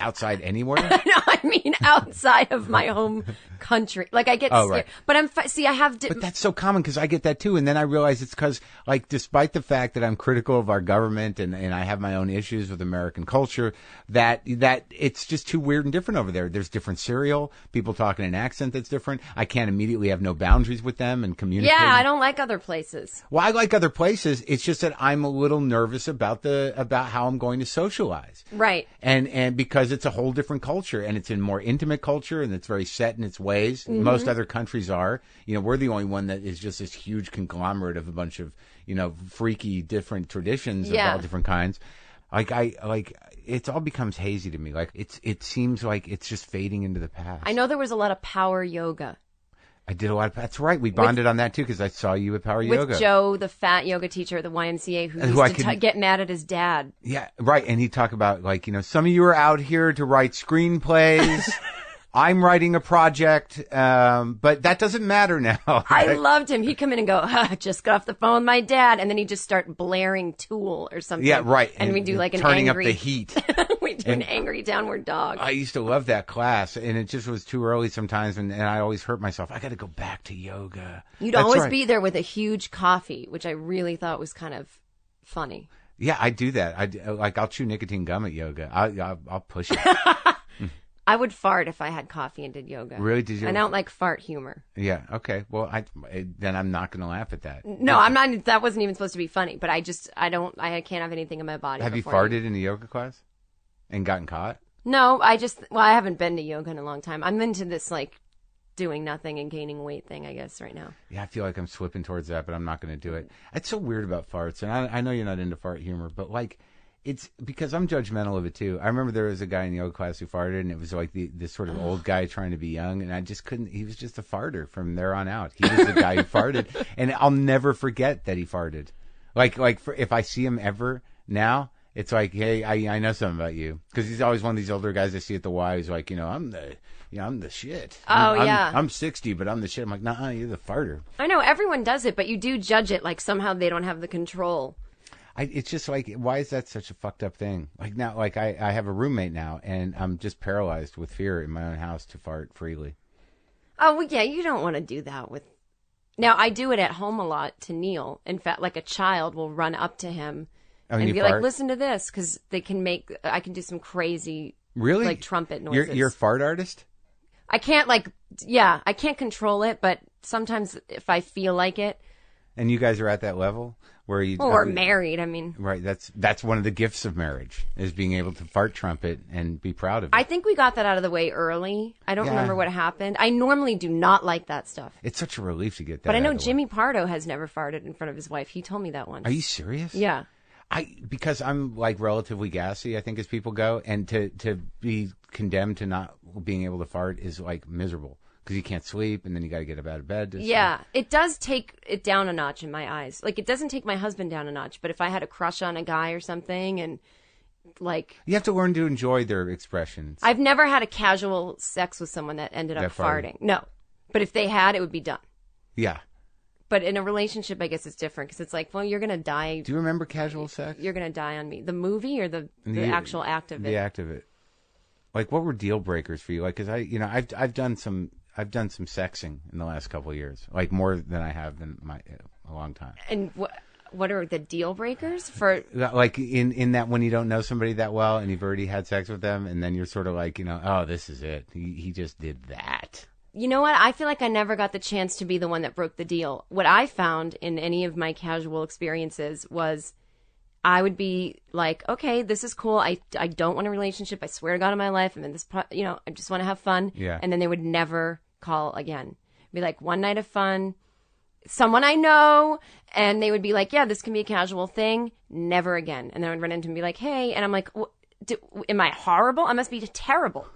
D: outside anywhere
B: (laughs) No, I mean outside of my home country. Like I get
D: Oh,
B: scared,
D: right.
B: but I'm fi- see I have di-
D: But that's so common because I get that too. And then I realize it's because, like, despite the fact that I'm critical of our government and, and I have my own issues with American culture, that that it's just too weird and different over there. There's different cereal, people talking an accent that's different. I can't immediately have no boundaries with them and communicate.
B: yeah, I don't like other places.
D: Well, I like other places. It's just that I'm a little nervous about the about how I'm going to socialize
B: Right.
D: and and because it's a whole different culture and it's a more intimate culture and it's very set in its ways
B: Mm-hmm.
D: most other countries are you know we're the only one that is just this huge conglomerate of a bunch of you know freaky different traditions
B: Yeah.
D: of all different kinds like i like it's all becomes hazy to me like it's it seems like it's just fading into the past
B: I know there was a lot of power yoga
D: i did a lot of that's right we bonded on that too because i saw you at power yoga
B: with Joe, the fat yoga teacher at the YMCA, who
D: Who
B: used
D: I
B: to
D: could-
B: t- get mad at his dad.
D: Yeah, right. And he talked about like, you know, some of you are out here to write
B: (laughs)
D: screenplays. I'm writing a project, um, but that doesn't matter now. (laughs)
B: I loved him. He'd come in and go, "Ah, "Just got off the phone with my dad," and then he'd just start blaring Tool or something.
D: yeah, right.
B: And, we do like an
D: turning
B: angry,
D: up the
B: (laughs)
D: heat.
B: we do an angry downward dog.
D: I used to love that class, and it just was too early sometimes, and, and I always hurt myself. I got to go back to yoga.
B: You'd
D: That's
B: always
D: right.
B: be there with a huge coffee, which I really thought was kind of funny.
D: Yeah, I do that. I d- uh, like I'll chew nicotine gum at yoga. I, I I'll push
B: (laughs)
D: it.
B: I would fart if I had coffee and did yoga.
D: Really? Did you-
B: And I don't like fart humor.
D: yeah. Okay. Well, I then I'm not going to laugh at that.
B: No, I'm not. That wasn't even supposed to be funny. But I just, I don't, I can't have anything in my body.
D: Have you
B: before
D: farted in a yoga class and gotten caught?
B: No, I just. Well, I haven't been to yoga in a long time. I'm into this like doing nothing and gaining weight thing. I guess right now.
D: Yeah, I feel like I'm slipping towards that, but I'm not going to do it. It's so weird about farts, and I, I know you're not into fart humor, but like, it's because I'm judgmental of it too. I remember there was a guy in the old class who farted, and it was like the this
B: (sighs)
D: sort of old guy trying to be young, and I just couldn't. He was just a farter from there on out. He was the guy who
B: (laughs)
D: farted, and I'll never forget that he farted. Like, like for, if I see him ever now. It's like, hey, I, I know something about you because he's always one of these older guys I see at the Y. Who's like, you know, I'm the, you know, I'm the shit.
B: Oh,
D: I'm-
B: yeah.
D: I'm 60, but I'm the shit. I'm like, nah, you're the farter.
B: I know everyone does it, but you do judge it like somehow they don't have the control.
D: I, it's just like, why is that such a fucked up thing? Like now, like I, I have a roommate now, and I'm just paralyzed with fear in my own house to fart freely.
B: Oh well, yeah, you don't want to do that with. Now I do it at home a lot to Neil. In fact, like a child will run up to him
D: Oh,
B: and
D: you
B: be
D: fart?
B: like, "Listen to this," because they can make. I can do some crazy,
D: Really?
B: like trumpet noises.
D: You're, you're a fart artist?
B: I can't like, yeah, I can't control it, but sometimes if I feel like it,
D: And you guys are at that level where you
B: well, we're married. I mean,
D: Right, that's that's one of the gifts of marriage is being able to fart trumpet and be proud of it.
B: I think we got that out of the way early. I don't
D: Yeah.
B: remember what happened. I normally do not like that stuff.
D: it's such a relief to get that.
B: But I
D: out
B: know
D: of the way.
B: Jimmy Pardo has never farted in front of his wife. He told me that once.
D: Are you serious?
B: Yeah.
D: I because I'm like relatively gassy, I think as people go, and to to be condemned to not being able to fart is like miserable because you can't sleep, and then you got to get up out of bed. to-
B: Yeah. It does take it down a notch in my eyes. Like, it doesn't take my husband down a notch, but if I had a crush on a guy or something and, like,
D: you have to learn to enjoy their expressions.
B: I've never had a casual sex with someone that ended up
D: That farted.
B: farting. No. But if they had, it would be done.
D: yeah.
B: But in a relationship, I guess it's different because it's like, well, you're going to die.
D: Do you remember casual sex?
B: You're going to die on me. The movie or the, the,
D: The-
B: actual act of it?
D: the act of it. Like, what were deal breakers for you? Like, because I, you know, I've I've done some I've done some sexing in the last couple of years, like more than I have in my a long time.
B: And wh- what are the deal breakers for
D: That- Like in in that when you don't know somebody that well and you've already had sex with them, and then you're sort of like, you know, oh, this is it. He, he just did that.
B: You know what? I feel like I never got the chance to be the one that broke the deal. What I found in any of my casual experiences was I would be like, okay, this is cool. I, I don't want a relationship. I swear to God in my life. I'm in this, pro- you know, I just want to have fun.
D: Yeah.
B: And then they would never call again. Be like, one night of fun, someone I know. And they would be like, yeah, this can be a casual thing. Never again. And then I would run into 'em and be like, hey. And I'm like, "Wh- do, am I horrible? I must be terrible.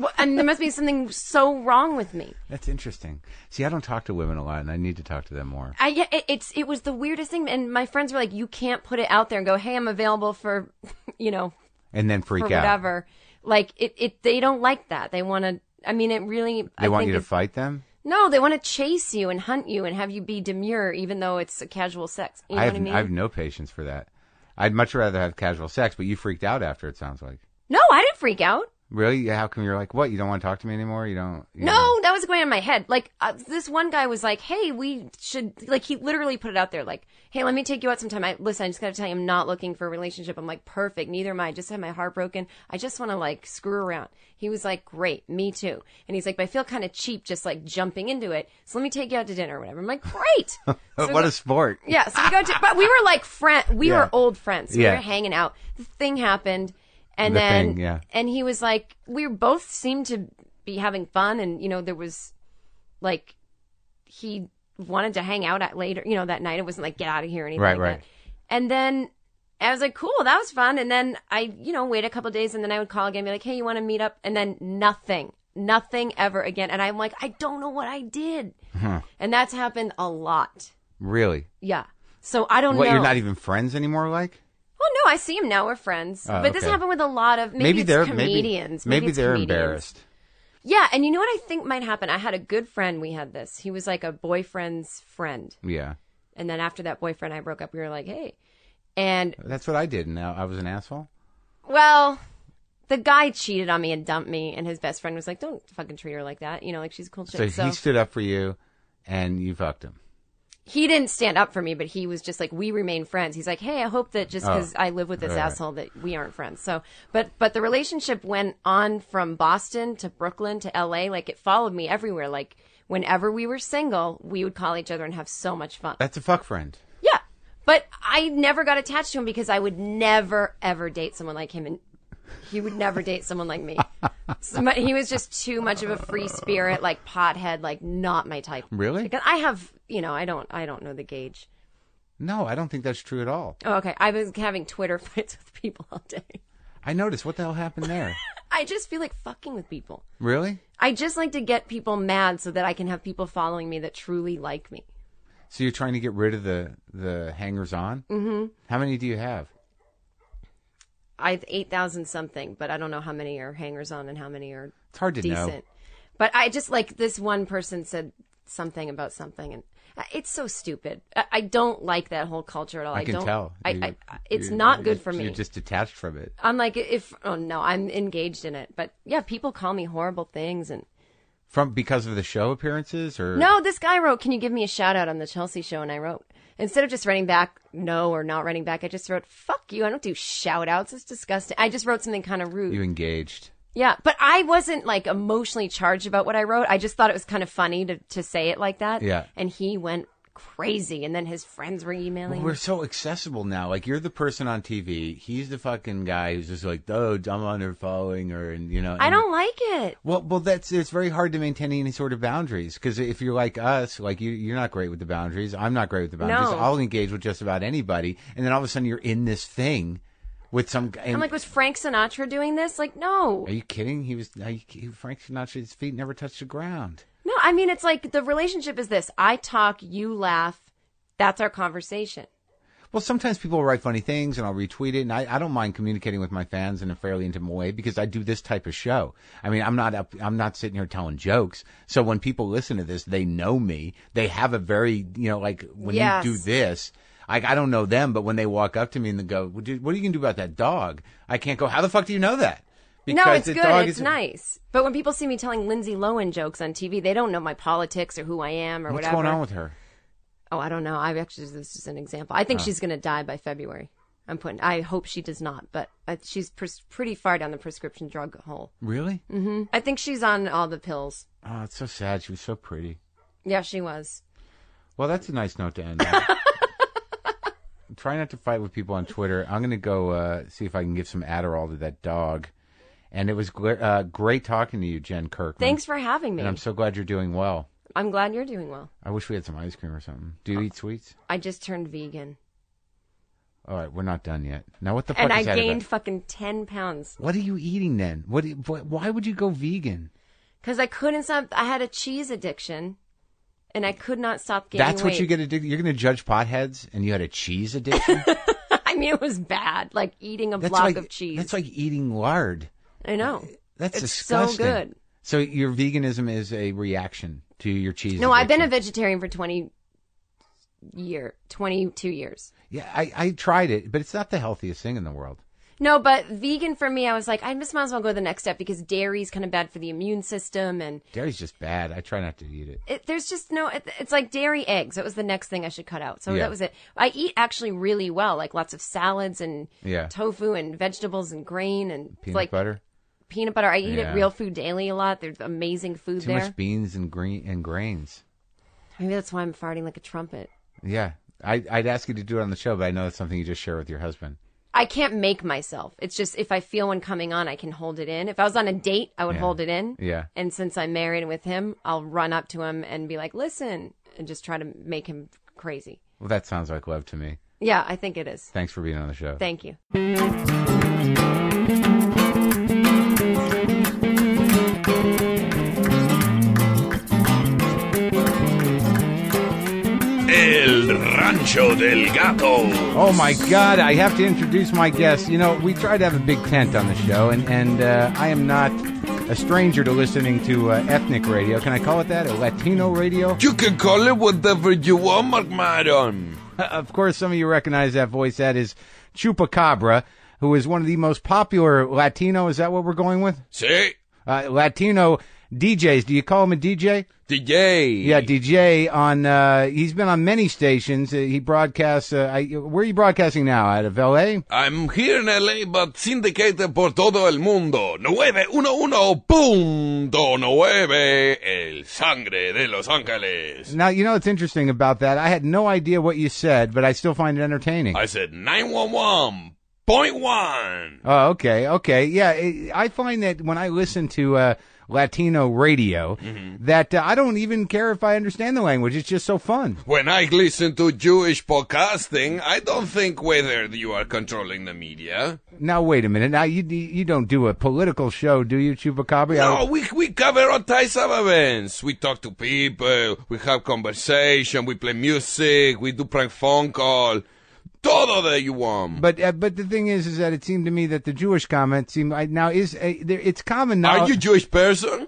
B: Wh- and there must be something so wrong with me.
D: That's interesting. See, I don't talk to women a lot, and I need to talk to them more.
B: I yeah, it, it's it was the weirdest thing, and my friends were like, "You can't put it out there and go, hey, I'm available for, (laughs) you know,
D: And then freak
B: for
D: out.
B: whatever." Like it, it they don't like that. They want to. I mean, it really.
D: They
B: I
D: want
B: think
D: you to
B: it-
D: fight them.
B: No, they want to chase you and hunt you and have you be demure, even though it's a casual sex. You know
D: I have
B: what I mean?
D: I have no patience for that. I'd much rather have casual sex, but you freaked out after. It sounds like.
B: No, I didn't freak out.
D: Really? How come you're like, what? You don't want to talk to me anymore? You don't? You
B: No, that was going on in my head. Like uh, this one guy was like, "Hey, we should." Like he literally put it out there, like, "Hey, let me take you out sometime." I listen. I just got to tell you, I'm not looking for a relationship. I'm like, perfect. Neither am I. I just had my heart broken. I just want to like screw around. He was like, "Great, me too." And he's like, "But I feel kind of cheap just like jumping into it. So let me take you out to dinner or whatever." I'm like, "Great."
D: know. (laughs)
B: So
D: what
B: we-
D: a sport.
B: yeah, so we go to, but we were like friend, we
D: Yeah.
B: were old friends. We
D: Yeah.
B: were hanging out. The thing happened, and
D: The
B: then
D: thing, yeah.
B: and he was like, we both seemed to be having fun, and you know there was, like, he wanted to hang out at later, you know, that night. It wasn't like get out of here or anything,
D: Right,
B: like
D: right.
B: That. And then I was like, cool, that was fun. And then I, you know, wait a couple days, and then I would call again, be like, hey, you want to meet up? And then nothing, nothing ever again. And I'm like, I don't know what I did, and that's happened a lot.
D: Really?
B: Yeah. So I don't
D: What,
B: know.
D: you're not even friends anymore, like?
B: well, no, I see him now. We're friends.
D: Oh,
B: but this
D: okay.
B: happened with a lot of maybe, it's
D: they're
B: comedians.
D: Maybe,
B: it's
D: they're
B: comedians.
D: embarrassed.
B: Yeah, and you know what I think might happen? I had a good friend. We had this. He was like a boyfriend's friend,
D: Yeah.
B: and then after that boyfriend, I broke up. We were like, hey, and
D: That's what I did. Now I was an asshole.
B: well, the guy cheated on me and dumped me, and his best friend was like, don't fucking treat her like that. You know, like she's a cool
D: So,
B: chick. So,
D: he stood up for you and you fucked him.
B: he didn't stand up for me, but he was just like, we remain friends. He's like, hey, I hope that just because I live with this
D: right, right.
B: asshole that we aren't friends. So, but, but the relationship went on from Boston to Brooklyn to LA. Like it followed me everywhere. Like whenever we were single, we would call each other and have so much fun.
D: That's a fuck friend.
B: yeah. But I never got attached to him because I would never ever date someone like him and he would never date someone like me. So, but he was just too much of a free spirit, like pothead, like not my type.
D: Really?
B: Because I have, you know, I don't, I don't know the gauge.
D: No, I don't think that's true at all.
B: Oh, okay. I've been having Twitter (laughs) fights with people all day.
D: I noticed. What the hell happened there?
B: (laughs) I just feel like fucking with people.
D: really?
B: I just like to get people mad so that I can have people following me that truly like me.
D: So you're trying to get rid of the, the hangers on? Mm-hmm. How many do you have?
B: I've 8,000 something, but I don't know how many are hangers on and how many are
D: It's hard to
B: decent.
D: know.
B: But I just like this one person said something about something and I- it's so stupid. I, I don't like that whole culture at all. I,
D: I can
B: don't,
D: tell.
B: I,
D: You-
B: I, I- it's
D: you-
B: not good
D: you-
B: for me.
D: You're just detached from it.
B: I'm like, if, oh no, I'm engaged in it. But yeah, people call me horrible things and
D: From because of the show appearances or
B: No, this guy wrote, Can you give me a shout out on the Chelsea show? And I wrote, instead of just writing back no or not writing back, I just wrote, Fuck you. I don't do shout outs. It's disgusting. I just wrote something kind of rude.
D: you engaged?
B: yeah. But I wasn't like emotionally charged about what I wrote. I just thought it was kind of funny to, to say it like that.
D: Yeah.
B: And he went crazy. And then his friends were emailing.
D: We're so accessible now. Like you're the person on TV. He's the fucking guy who's just like, oh, I'm underfollowing her, and you know.
B: I
D: and-
B: don't like it.
D: Well, well, that's it's very hard to maintain any sort of boundaries because if you're like us, like you, you're not great with the boundaries. I'm not great with the boundaries.
B: No.
D: I'll engage with just about anybody, and then all of a sudden you're in this thing with some. guy- And,
B: I'm like, was Frank Sinatra doing this? Like, no.
D: are you kidding? He was are you ki- Frank Sinatra's feet never touched the ground.
B: No, I mean, it's like the relationship is this I talk, you laugh. That's our conversation.
D: Well, sometimes people write funny things and I'll retweet it. And I, I don't mind communicating with my fans in a fairly intimate way because I do this type of show. I mean, I'm not up, I'm not sitting here telling jokes. So when people listen to this, they know me. They have a very, you know, like when
B: Yes.
D: you do this, like I don't know them, but when they walk up to me and they go, "Well, dude, what are you going to do about that dog? I can't go, how the fuck do you know that?
B: no, it's
D: the
B: good.
D: dog
B: It's
D: is-
B: nice. But when people see me telling Lindsay Lohan jokes on TV, they don't know my politics or who I am or
D: What's
B: whatever.
D: going on with her?
B: oh, I don't know. I actually this is just an example. I
D: Ah.
B: think she's going to die by February. I'm putting. I hope she does not, but uh, she's pres- pretty far down the prescription drug hole.
D: Really?
B: hmm I think she's on all the pills.
D: Oh, it's so sad. She was so pretty.
B: Yeah, she was.
D: Well, that's a nice note to end
B: (laughs)
D: on. Try not to fight with people on Twitter. I'm going to go uh, see if I can give some Adderall to that dog. And it was gl- uh, great talking to you, Jen Kirkman.
B: Thanks for having
D: Hmm.
B: me.
D: And I'm
B: I'm,
D: so glad you're doing well.
B: glad you're doing well.
D: I wish we had some ice cream or something. Do you eat sweets?
B: I just turned vegan,
D: All right, we're not done yet. Now, what the fuck
B: and
D: is
B: I
D: that
B: gained
D: about?
B: fucking ten pounds
D: What are you eating then? What? do you- wh- Why would you go vegan?
B: because I couldn't stop. I had a cheese addiction, and I could not stop gaining
D: That's what
B: weight.
D: you get addicted. You're going to judge potheads, and you had a cheese addiction.
B: I mean, it was bad. Like eating a
D: that's
B: (laughs) block
D: like
B: of cheese.
D: That's like eating lard.
B: I know.
D: That's
B: It's so
D: disgusting.
B: good.
D: So your veganism is a reaction to your cheese.
B: No, I've been a
D: addiction.
B: vegetarian for twenty year, twenty two years.
D: Yeah, I, I tried it, but it's not the healthiest thing in the world.
B: No, but vegan for me, I was like, I just might as well go the next step because dairy's kind of bad for the immune system, and
D: Dairy's just bad. I try not to eat it.
B: it, there's just no. It, it's like dairy eggs. That was the next thing I should cut out. So
D: Yeah.
B: that was it. I eat actually really well, like lots of salads and
D: Yeah.
B: tofu and vegetables and grain and
D: Peanut
B: like
D: butter,
B: peanut butter. I eat
D: Yeah.
B: at Real Food Daily a lot. There's amazing food
D: too
B: there.
D: much beans and green and grains.
B: Maybe that's why I'm farting like a trumpet.
D: Yeah, I, I'd ask you to do it on the show, but I know that's something you just share with your husband.
B: I can't make myself. It's just if I feel one coming on, I can hold it in. If I was on a date, I would
D: Yeah.
B: hold it in.
D: Yeah.
B: And since I'm married with him, I'll run up to him and be like, "Listen," and just try to make him crazy.
D: Well, that sounds like love to me.
B: Yeah, I think it is.
D: Thanks for being on the show.
B: Thank you.
C: El Rancho del Gato.
D: Oh my God! I have to introduce my guest. You know, we try to have a big tent on the show, and and uh, I am not a stranger to listening to uh, ethnic radio. Can I call it that? Or Latino radio?
E: You can call it whatever you want, McMadon.
D: (laughs) of course, some of you recognize that voice. That is Chupacabra, who is one of the most popular Latino. Is that what we're going with?
E: See?
D: Uh, Latino DJs. Do you call him a DJ?
E: DJ.
D: Yeah, DJ. On uh, he's been on many stations. Uh, he broadcasts. Uh, I, where are you broadcasting now? Out of L.A.
E: I'm here in LA, but syndicated por todo el mundo. 911.9 El Sangre de Los Ángeles.
D: Now you know what's interesting about that. I had no idea what you said, but I still find it entertaining.
E: I said 911.1.
D: Oh, okay, okay, yeah. It, I find that when I listen to uh, Latino radio, that uh, I don't even care if I understand the language. It's just so fun.
E: When I listen to Jewish podcasting, I don't think whether you are controlling the media.
D: Now wait a minute. Now you you don't do a political show, do you, Chupacabra?
E: No, we, we cover all types of events. We talk to people, we have conversation, we play music, we do prank phone call. Todo that you want.
D: But uh, but the thing is, is that it seemed to me that the Jewish comment seemed I, now is uh, there, it's common now.
E: Are you Jewish person?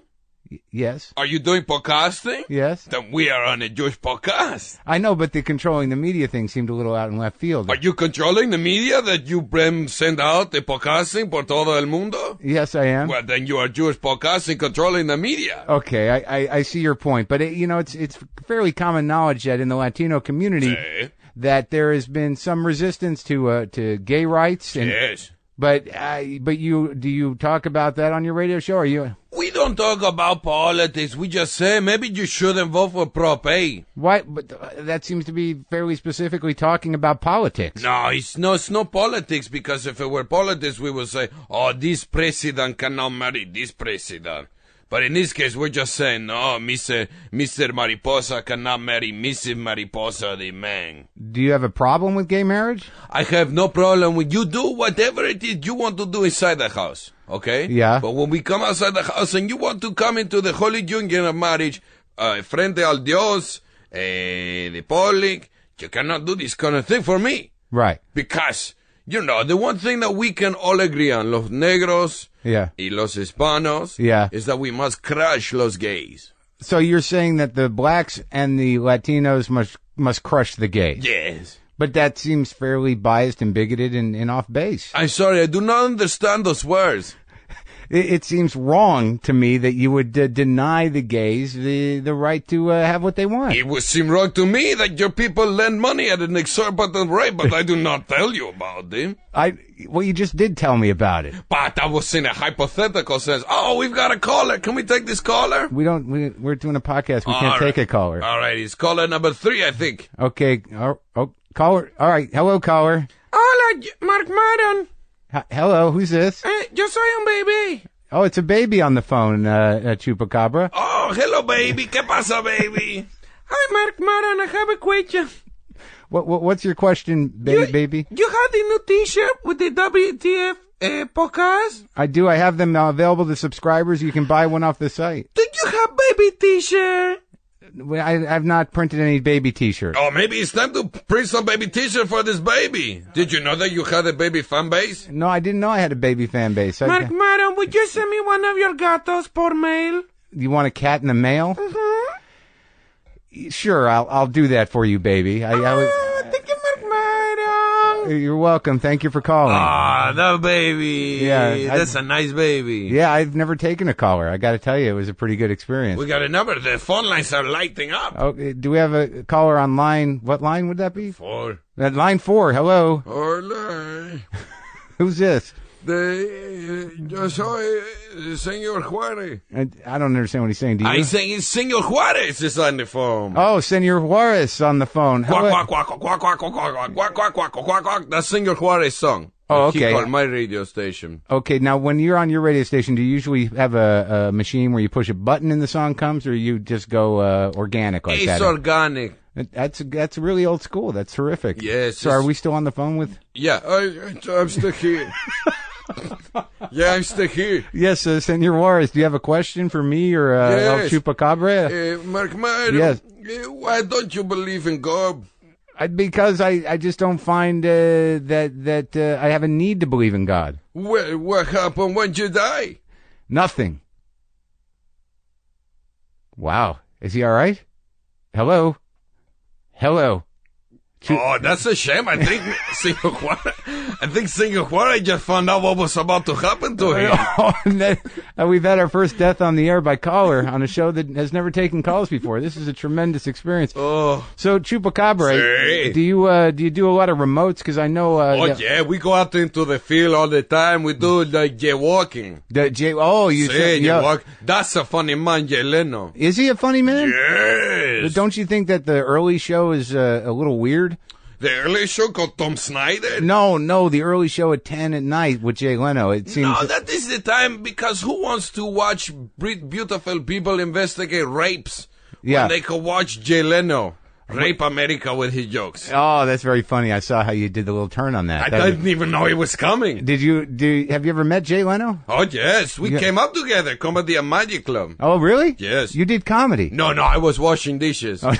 D: Y- Yes.
E: Are you doing podcasting?
D: Yes.
E: Then we are on a Jewish podcast.
D: I know, but the controlling the media thing seemed a little out in left field.
E: Are you controlling the media that you um, send out the podcasting por todo el mundo?
D: yes, I am.
E: Well, then you are Jewish podcasting controlling the media.
D: Okay, I, I, I see your point, but it, you know it's it's fairly common knowledge that in the Latino community
E: Eh?
D: that there has been some resistance to uh, to gay rights, and
E: Yes.
D: but uh, but you do you talk about that on your radio show? Are you
E: We don't talk about politics. We just say maybe you shouldn't vote for Prop A.
D: why? But uh, that seems to be fairly specifically talking about politics.
E: No, it's no, it's no politics because if it were politics, we would say, oh, this president cannot marry this president. But in this case, we're just saying, no, Mr. Mr. Mariposa cannot marry Mrs. Mariposa, the man.
D: Do you have a problem with gay marriage?
E: I have no problem with you do whatever it is you want to do inside the house, okay?
D: Yeah.
E: But when we come outside the house and you want to come into the holy union of marriage, uh, frente al Dios, eh, the public, you cannot do this kind of thing for me.
D: Right.
E: Because, you know, the one thing that we can all agree on, los negros
D: Yeah.
E: y los hispanos,
D: Yeah.
E: is that we must crush los gays.
D: So you're saying that the blacks and the Latinos must must crush the gays,
E: Yes.
D: but that seems fairly biased and bigoted and, and off base.
E: I'm sorry, I do not understand those words.
D: it, it seems wrong to me that you would uh, deny the gays the, the right to uh, have what they want.
E: It would seem wrong to me that your people lend money at an exorbitant rate, but I do not tell you about them.
D: I well, you just did tell me about it.
E: But I was in a hypothetical sense. Oh, we've got a caller. Can we take this caller?
D: We don't. We, we're doing a podcast. We
E: All
D: can't take a
E: right. Uh.
D: caller.
E: All right, it's caller number three, I think.
D: Okay. Oh, oh, caller. All right. Hello, caller.
E: Hola, Mark Madden.
D: H- hello. Who's this?
E: yo soy un baby.
D: Oh, it's a baby on the phone. Uh, uh, Chupacabra.
E: Oh, hello, baby. ¿Qué pasa, baby? Hi, Mark Maron. I have a question.
D: What, what What's your question, ba- baby?
E: You have the new T-shirt with the WTF uh, podcast?
D: I do. I have them uh, available to subscribers. You can buy one off the site.
E: Do you have baby T-shirt?
D: Well, I, I've not printed any baby T-shirts.
E: Oh, maybe it's time to print some baby T-shirt for this baby. Did you know that you had a baby fan base?
D: No, I didn't know I had a baby fan base. I-
E: Maron, would you send me one of your gatos por mail?
D: You want a cat in the mail?
E: Mm-hmm.
D: Sure, I'll I'll do that for you, baby. I, I was-
E: Ah, thank you, Mark Maron.
D: you're welcome. Thank you for calling.
E: Ah, that baby.
D: Yeah, I-
E: that's a nice baby.
D: yeah, I've never taken a caller. I got to tell you, it was a pretty good experience.
E: We got a number. The phone lines are lighting up.
D: oh, uh, do we have a caller on line? What line would that be?
E: Four.
D: That line four. Hello,
E: Hola.
D: who's this?
E: De, yo soy el señor Juárez.
D: I, I don't understand what he's saying. Do you?
E: I think it's señor Juárez is on the phone.
D: oh, Senor Juarez on the phone. Hello.
E: Quack, quack, quack, quack, quack, quack, quack, quack, quack, quack, quack, quack, quack. That's Senor Juarez song.
D: Oh,
E: He
D: okay.
E: called my radio station.
D: Okay, now when you're on your radio station, do you usually have a, a machine where you push a button and the song comes, or you just go uh, organic like
E: It's
D: that?
E: organic.
D: That's that's really old school. That's terrific.
E: Yes,
D: So
E: it's-
D: are we still on the phone with?
E: Yeah, I, I'm still (laughs) here. yeah, I'm still here.
D: Yes, uh, Senor Juarez. Do you have a question for me or uh,
E: Yes.
D: El Chupacabra?
E: Uh, Mark Maron,
D: Yes.
E: uh, why don't you believe in God?
D: I, because I, I just don't find uh, that that uh, I have a need to believe in God.
E: Well, what happened when you die?
D: Nothing. Wow. Is he all right? Hello. Hello. (laughs)
E: Oh, that's a shame. I think (laughs) Senor Juarez, I think Senor Juarez just found out what was about to happen to
D: (laughs)
E: him. Oh,
D: And that- uh, we've had our first death on the air by caller on a show that has never taken calls before. This is a tremendous experience.
E: Oh,
D: So Chupacabra,
E: Sí.
D: do you uh, do you do a lot of remotes? Because I know. Uh,
E: oh
D: the-
E: yeah, we go out into the field all the time. We do like jaywalking.
D: the J- oh, you
E: Say
D: said yeah.
E: jaywalk. That's a funny man, Jay Leno.
D: Is he a funny man?
E: Yes.
D: But don't you think that the early show is uh, a little weird?
E: The early show called Tom Snyder.
D: No, no, the early show at ten at night with Jay Leno. It seems.
E: No, that is the time because who wants to watch Brit- beautiful people investigate rapes
D: Yeah.
E: when they could watch Jay Leno rape America with his jokes?
D: oh, that's very funny. I saw how you did the little turn on that.
E: I
D: That was-
E: didn't even know it was coming.
D: did you do? Have you ever met Jay Leno?
E: Oh yes, we came up together, comedy and magic club.
D: Oh, really?
E: Yes.
D: You did comedy.
E: No, no, I was
D: Oh.
E: washing dishes. (laughs)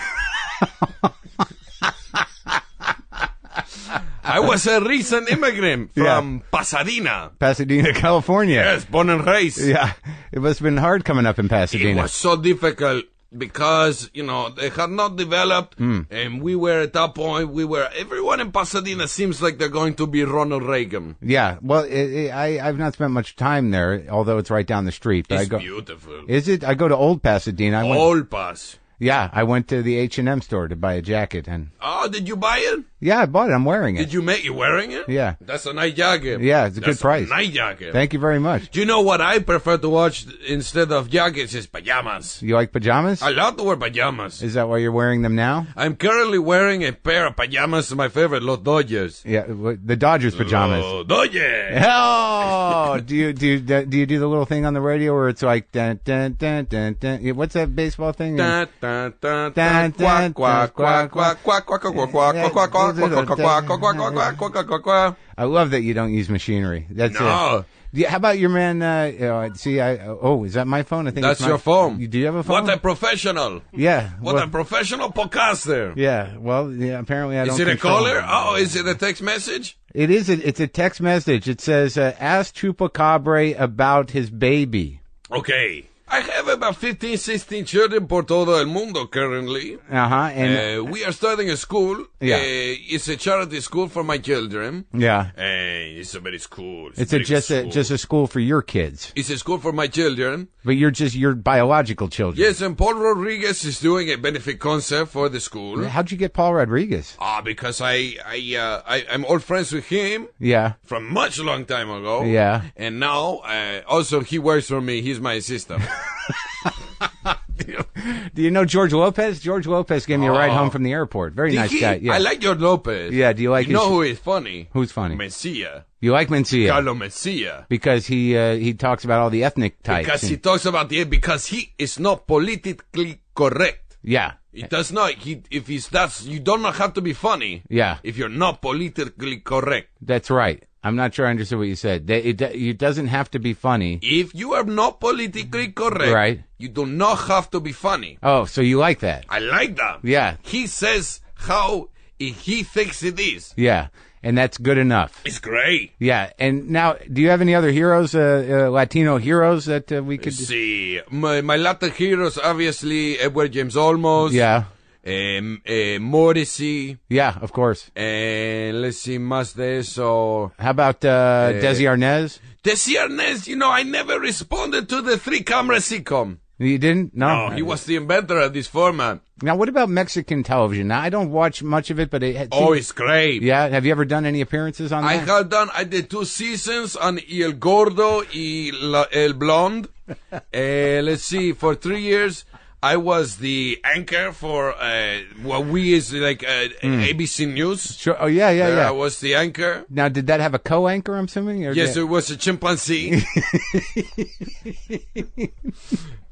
E: I was a recent immigrant
D: Yeah.
E: from Pasadena.
D: Pasadena, (laughs) California.
E: Yes, born and raised.
D: Yeah, it must have been hard coming up in
E: It
D: Pasadena.
E: was so difficult because you know they had not developed,
D: Hmm.
E: and we were at that point. We were everyone in Pasadena seems like they're going to be Ronald Reagan.
D: Yeah, well, it, it, I I've not spent much time there, although it's right down the street. But
E: It's
D: I go,
E: beautiful.
D: Is it? I go to Old Pasadena. I went,
E: All pass.
D: yeah, I went to the H and M store to buy a jacket, and
E: Oh, did you buy it?
D: yeah, I bought it. I'm wearing it.
E: Did you make you wearing it?
D: Yeah.
E: That's a nice jacket.
D: Yeah, it's a good
E: That's
D: price.
E: nice jacket.
D: Thank you very much.
E: Do you know what I prefer to watch instead of jackets is pajamas.
D: You like pajamas?
E: I love to wear pajamas.
D: Is that why you're wearing them now?
E: I'm currently wearing a pair of pajamas, my favorite, Los Dodgers.
D: Yeah, w- the Dodgers pajamas.
E: Los Dodgers!
D: Oh, do you do you, do you do the little thing on the radio where it's like dun dun dun dun dun? Yeah, What's that baseball thing?
E: Dun, dun, dun,
D: Dun,
E: dun,
D: dun,
E: quack, quack,
D: dun,
E: quack, quack, quack, quack, quack, quack,
D: Yeah,
E: quack, quack, quack,
D: those
E: quack,
D: are
E: quack, quack,
D: the-
E: quack, quack, quack, quack, quack, quack, quack.
D: I love that you don't use machinery. That's
E: No.
D: it. Do you- how about your man? Uh, you know, see, I oh, is that my phone? I think
E: That's
D: it's my-
E: your phone.
D: You- Do you have a phone?
E: What a professional.
D: yeah.
E: What
D: well-
E: a professional podcaster.
D: yeah. Well, yeah. Apparently, I
E: Is
D: don't.
E: it a
D: control
E: caller? Oh, is it a text message?
D: It is. A, it's a text message. It says, uh, "Ask Chupacabra about his baby."
E: Okay. I have about 15, 16 children por todo el mundo currently.
D: Uh huh. And
E: Uh, we are starting a school.
D: Yeah.
E: Uh, it's a charity school for my children.
D: yeah,
E: Uh, it's a very school.
D: it's a
E: very
D: just a
E: school.
D: just a school for your kids,
E: It's a school for my children.
D: but you're just your biological children.
E: Yes, and Paul Rodriguez is doing a benefit concert for the school.
D: How'd you get Paul Rodriguez?
E: Ah, because I, I, uh, I, I'm old friends with him
D: Yeah.
E: from much long time ago.
D: Yeah.
E: And now, uh, also he works for me. He's my
D: (laughs)
E: assistant.
D: Do you know George Lopez? George Lopez gave me a ride
E: Oh.
D: home from the airport. Very nice
E: He-
D: guy. Yeah.
E: I like your Lopez.
D: Yeah, do you like
E: You
D: his-
E: know who is funny?
D: Who's funny?
E: Messia.
D: you like Mencia?
E: Carlo Messia.
D: because he uh, he talks about all the ethnic types.
E: Because he
D: and-
E: talks about the because he is not politically correct.
D: yeah,
E: It does not. He if he's that's you don't know how to be funny.
D: Yeah.
E: If you're not politically correct.
D: that's right. I'm not sure I understood what you said. That- It, it, doesn't have to be funny.
E: If you are not politically correct,
D: Right.
E: you do not have to be funny.
D: Oh, so you like that?
E: I like that.
D: Yeah.
E: He says how he thinks it is.
D: Yeah, and that's good enough.
E: It's great.
D: Yeah, and now, do you have any other heroes, uh, uh, Latino heroes that uh, we could?
E: See, my, my Latin heroes, obviously, Edward James Olmos.
D: Yeah,
E: Um, uh, Morrissey.
D: yeah, of course.
E: And let's see, más de eso.
D: How about uh, Desi Arnaz?
E: Desi Arnaz, you know, I never responded to the three camera sitcom.
D: You didn't? No.
E: Oh, he was the inventor of this format.
D: Now, what about Mexican television? Now, I don't watch much of it, but it. had-
E: Oh, it's great.
D: yeah. Have you ever done any appearances on
E: I
D: that?
E: have done, I did two seasons on El Gordo y La, El
D: (laughs)
E: Blonde. Eh, let's see, for three years, I was the anchor for uh, what we is like uh, ABC News.
D: Sure. Oh, yeah, Hmm. yeah,
E: There
D: yeah.
E: I was the anchor.
D: Now, did that have a co-anchor? I'm assuming. Or
E: Yes,
D: did-
E: it was a
D: (laughs)
E: chimpanzee. Eh,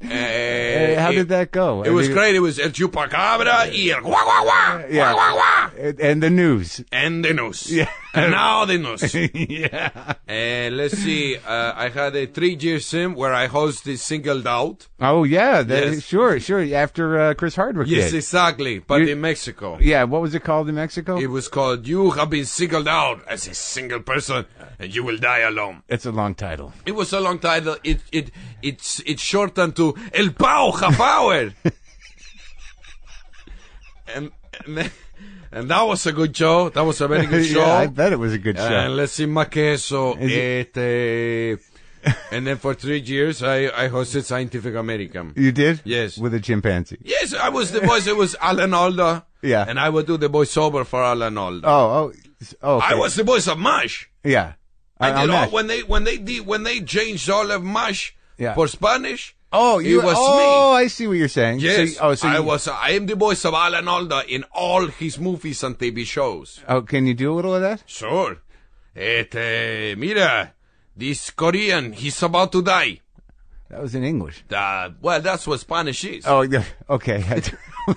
D: Hey, Uh, eh, how
E: Uh, it-
D: did that go?
E: It
D: I
E: was
D: mean,
E: great. It was El Chupacabra y El Guau Guau Guau.
D: Yeah.
E: Guau Guau Guau.
D: And- And the news. (laughs)
E: And the news.
D: Yeah.
E: And now the news.
D: (laughs) yeah.
E: And let's see, uh, I had a three year sim where I hosted Singled Out.
D: Oh yeah. That,
E: Yes.
D: Sure. Sure. After uh, Chris Hardwick.
E: Yes,
D: did.
E: exactly. But
D: You-
E: in Mexico.
D: Yeah. What was it called in Mexico?
E: It was called You Have Been Singled Out as a Single Person and You Will Die Alone.
D: it's a long title.
E: It was a long title. It it it's it's shortened to El Pau (laughs) Power. and and, then- and that was a good show. That was a very good show.
D: (laughs) yeah, I bet it was a good show.
E: And let's see, my queso.
D: Is
E: Este- and then for three years, I, I hosted Scientific American.
D: (laughs) you did?
E: Yes.
D: With a chimpanzee.
E: Yes, I was the voice. It was Alan Alda.
D: Yeah.
E: And I would do the voiceover for Alan Alda.
D: Oh. Oh. s- Oh.
E: I
D: okay.
E: was the voice of Mash.
D: Yeah.
E: I
D: Uh,
E: did all,
D: Mash.
E: when they when they did, when they changed all of Mash
D: Yeah.
E: for Spanish.
D: Oh,
E: it
D: you
E: was
D: Oh,
E: me.
D: I see what you're saying. So
E: Yes,
D: you- oh, so
E: I
D: you-
E: was. I am the voice of Alan Alda in all his movies and TV shows.
D: Oh, can you do a little of that?
E: Sure. Este, mira, this Korean, he's about to die.
D: That was in English.
E: Uh, well, that's what Spanish is.
D: Oh, yeah. (laughs) okay.
E: (laughs)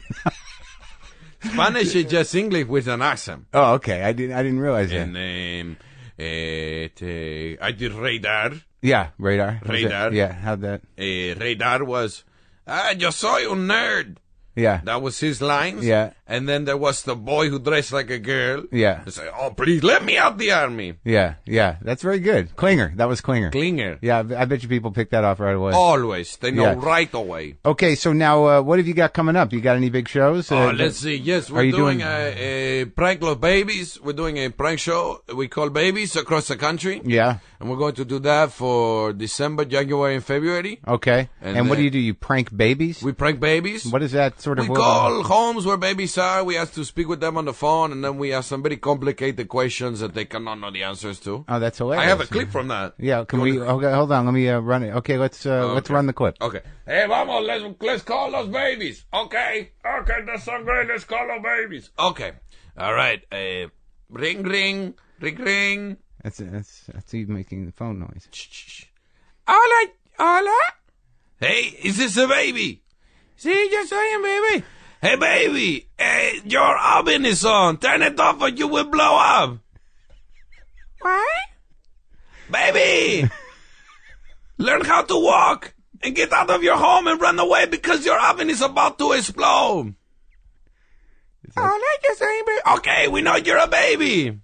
E: Spanish is just English with an accent.
D: oh, okay. I didn't. I didn't realize that.
E: And um, este, I did radar.
D: Yeah, radar. How's that-
E: Radar.
D: Yeah, how'd that?
E: Eh, radar was, ah, yo soy un nerd.
D: Yeah,
E: That was his lines.
D: Yeah.
E: And then there was the boy who dressed like a girl.
D: Yeah.
E: They say, oh, please let me out the army.
D: Yeah, yeah, that's very good. Klinger, that was Klinger.
E: Klinger.
D: Yeah, I I bet you people picked that off right away.
E: Always. They know
D: Yeah.
E: right away.
D: Okay, so now uh, what have you got coming up? You got any big shows?
E: Oh,
D: Uh,
E: let's see. Yes,
D: are
E: we're
D: you
E: doing,
D: doing-
E: a, a prank of babies. We're doing a prank show. We call babies across the country.
D: Yeah.
E: And we're going to do that for December, January, and February.
D: Okay. And,
E: And
D: what do
E: then-
D: you do? You prank babies?
E: We prank babies.
D: what is that sort of?
E: we call homes where babies are. We ask to speak with them on the phone, and then we ask some very complicated questions that they cannot know the answers to.
D: Oh, that's hilarious.
E: I have a clip from that.
D: Yeah, can
E: You
D: we?
E: want
D: Okay, hold on. Let me uh, run it. Okay, let's uh, let's
E: Oh, okay.
D: run the clip.
E: to- Okay. Hey, vamos, let's, let's call those babies. Okay. Okay, that's so great. Let's call those babies. Okay. All right. Uh, ring, ring, ring, ring.
D: That's that's that's you making the phone noise.
E: Hola, hola. Hey, is this a baby? See, yo soy a baby. Hey, baby, eh, your oven is on. Turn it off or you will blow up. What? (laughs) Baby, learn how to walk and get out of your home and run away because your oven is about to explode. Hola, yo soy a baby. Okay, we know you're a baby.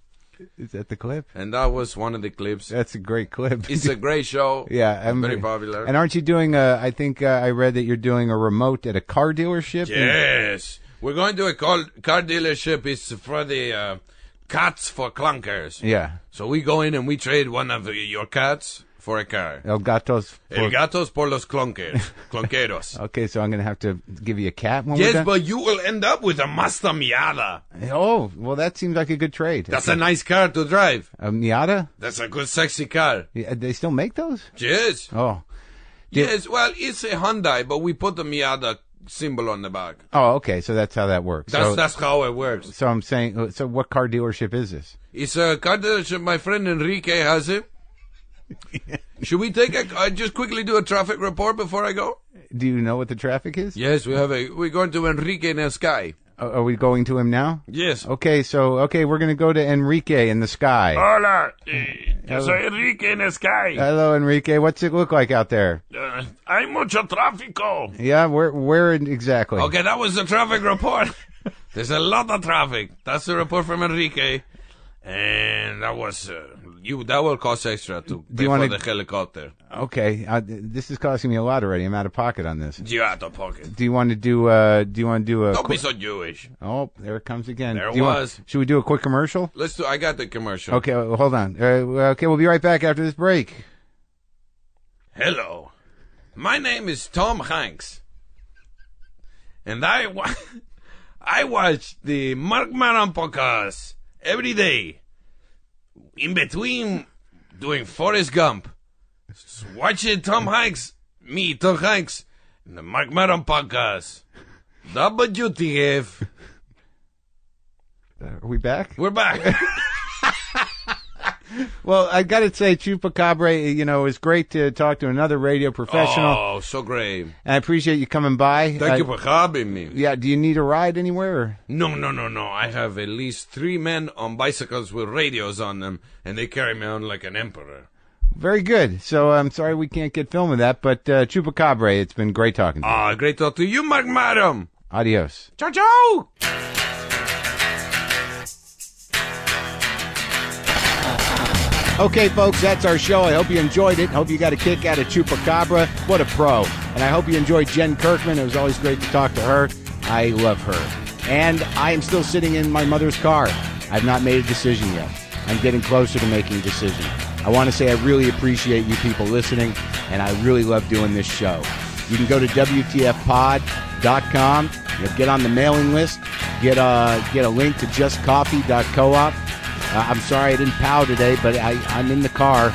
D: Is that the clip?
E: And that was one of the clips.
D: That's a great clip.
E: It's a great show.
D: (laughs) yeah, I'm-
E: very popular.
D: And aren't you doing? Uh, I think uh, I read that you're doing a remote at a car dealership.
E: Yes. We're going to a car, car dealership. It's for the uh, cats for clunkers.
D: yeah,
E: So we go in and we trade one of your cats for a car.
D: El Gatos. for- Oh,
E: El gatos por los
D: (laughs)
E: clunkers. Clunkeros.
D: okay, so I'm gonna have to give you a cat when we're
E: yes,
D: done.
E: but you will end up with a Mazda Miata.
D: oh, well, that seems like a good trade.
E: That's a nice car to drive.
D: a Miata.
E: That's a good, sexy car.
D: Yeah, they still make those?
E: Yes.
D: Oh,
E: Yes, well, it's a Hyundai, but we put the Miata symbol on the back.
D: oh, okay. So that's how that works.
E: That's,
D: so,
E: that's how it works.
D: so I'm saying. uh, So what car dealership is this?
E: It's uh, a car dealership. My friend Enrique has it. Should we take a uh, just quickly do a traffic report before I go?
D: Do you know what the traffic is?
E: Yes, we have a. We're going to Enrique in the sky.
D: Are are we going to him now?
E: Yes.
D: Okay, so okay, we're gonna go to Enrique in the sky.
E: Oh.
C: Hola, eh, yo soy Enrique en Sky.
D: Hello, Enrique. What's it look like out there?
C: Eh, hay mucho tráfico.
D: Yeah, where where in- exactly?
E: Okay, that was the traffic report. (laughs) There's a lot of traffic. That's the report from Enrique, and that was uh, you. That will cost extra to pay
D: you
E: for
D: wanna-
E: the helicopter.
D: Okay, uh, th- this is costing me a lot already. I'm out of pocket on this.
E: You out of pocket.
D: Do you want to do? Uh, do you want to do a?
E: Don't be
D: quick-
E: so Jewish.
D: oh, there it comes again.
E: There it
D: Do you want-
E: was.
D: should we do a quick commercial?
E: Let's do. I got the commercial.
D: Okay, well, hold on. Uh, well, okay, we'll be right back after this break.
E: Hello, my name is Tom Hanks, and I wa- (laughs) I watch the Mark Maron podcast every day. In between doing Forrest Gump, S- watching Tom Hanks, me Tom Hanks, and the Mark Maron podcast. WTF?
D: Uh, Are we back?
E: We're back.
D: Well, I got to say, Chupacabra, you know, it's great to talk to another radio professional.
E: Oh, so great!
D: And I appreciate you coming by.
E: Thank
D: Uh,
E: you for having me.
D: Yeah, do you need a ride anywhere? Or?
E: No, no, no, no. I have at least three men on bicycles with radios on them, and they carry me on like an emperor.
D: Very good. So I'm sorry we can't get film of that, but uh, Chupacabra, it's been great talking to you.
E: Ah, great talk to you, Mark Madam.
D: Adios.
E: Ciao, ciao.
D: Okay, folks, that's our show. I hope you enjoyed it. Hope you got a kick out of Chupacabra. What a pro. And I hope you enjoyed Jen Kirkman. It was always great to talk to her. I love her. And I am still sitting in my mother's car. I've not made a decision yet. I'm getting closer to making a decision. I want to say I really appreciate you people listening, and I really love doing this show. You can go to WTFpod.com. You'll get on the mailing list. Get a, get a link to justcoffee.coop. Uh, I'm sorry I didn't pow today, but I, I'm in the car,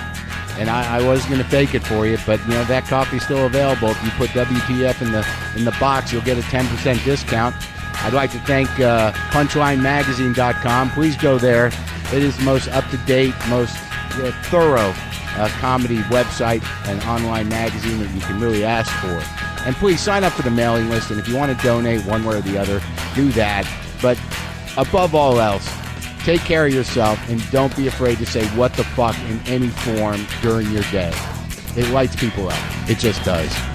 D: and I, I was going to fake it for you. But you know that coffee's still available. If you put WTF in the in the box, you'll get a 10% discount. I'd like to thank uh, PunchlineMagazine.com. Please go there. It is the most up to date, most uh, thorough uh, comedy website and online magazine that you can really ask for. And please sign up for the mailing list. And if you want to donate one way or the other, do that. But above all else, Take care of yourself and don't be afraid to say what the fuck in any form during your day. It lights people up. It just does.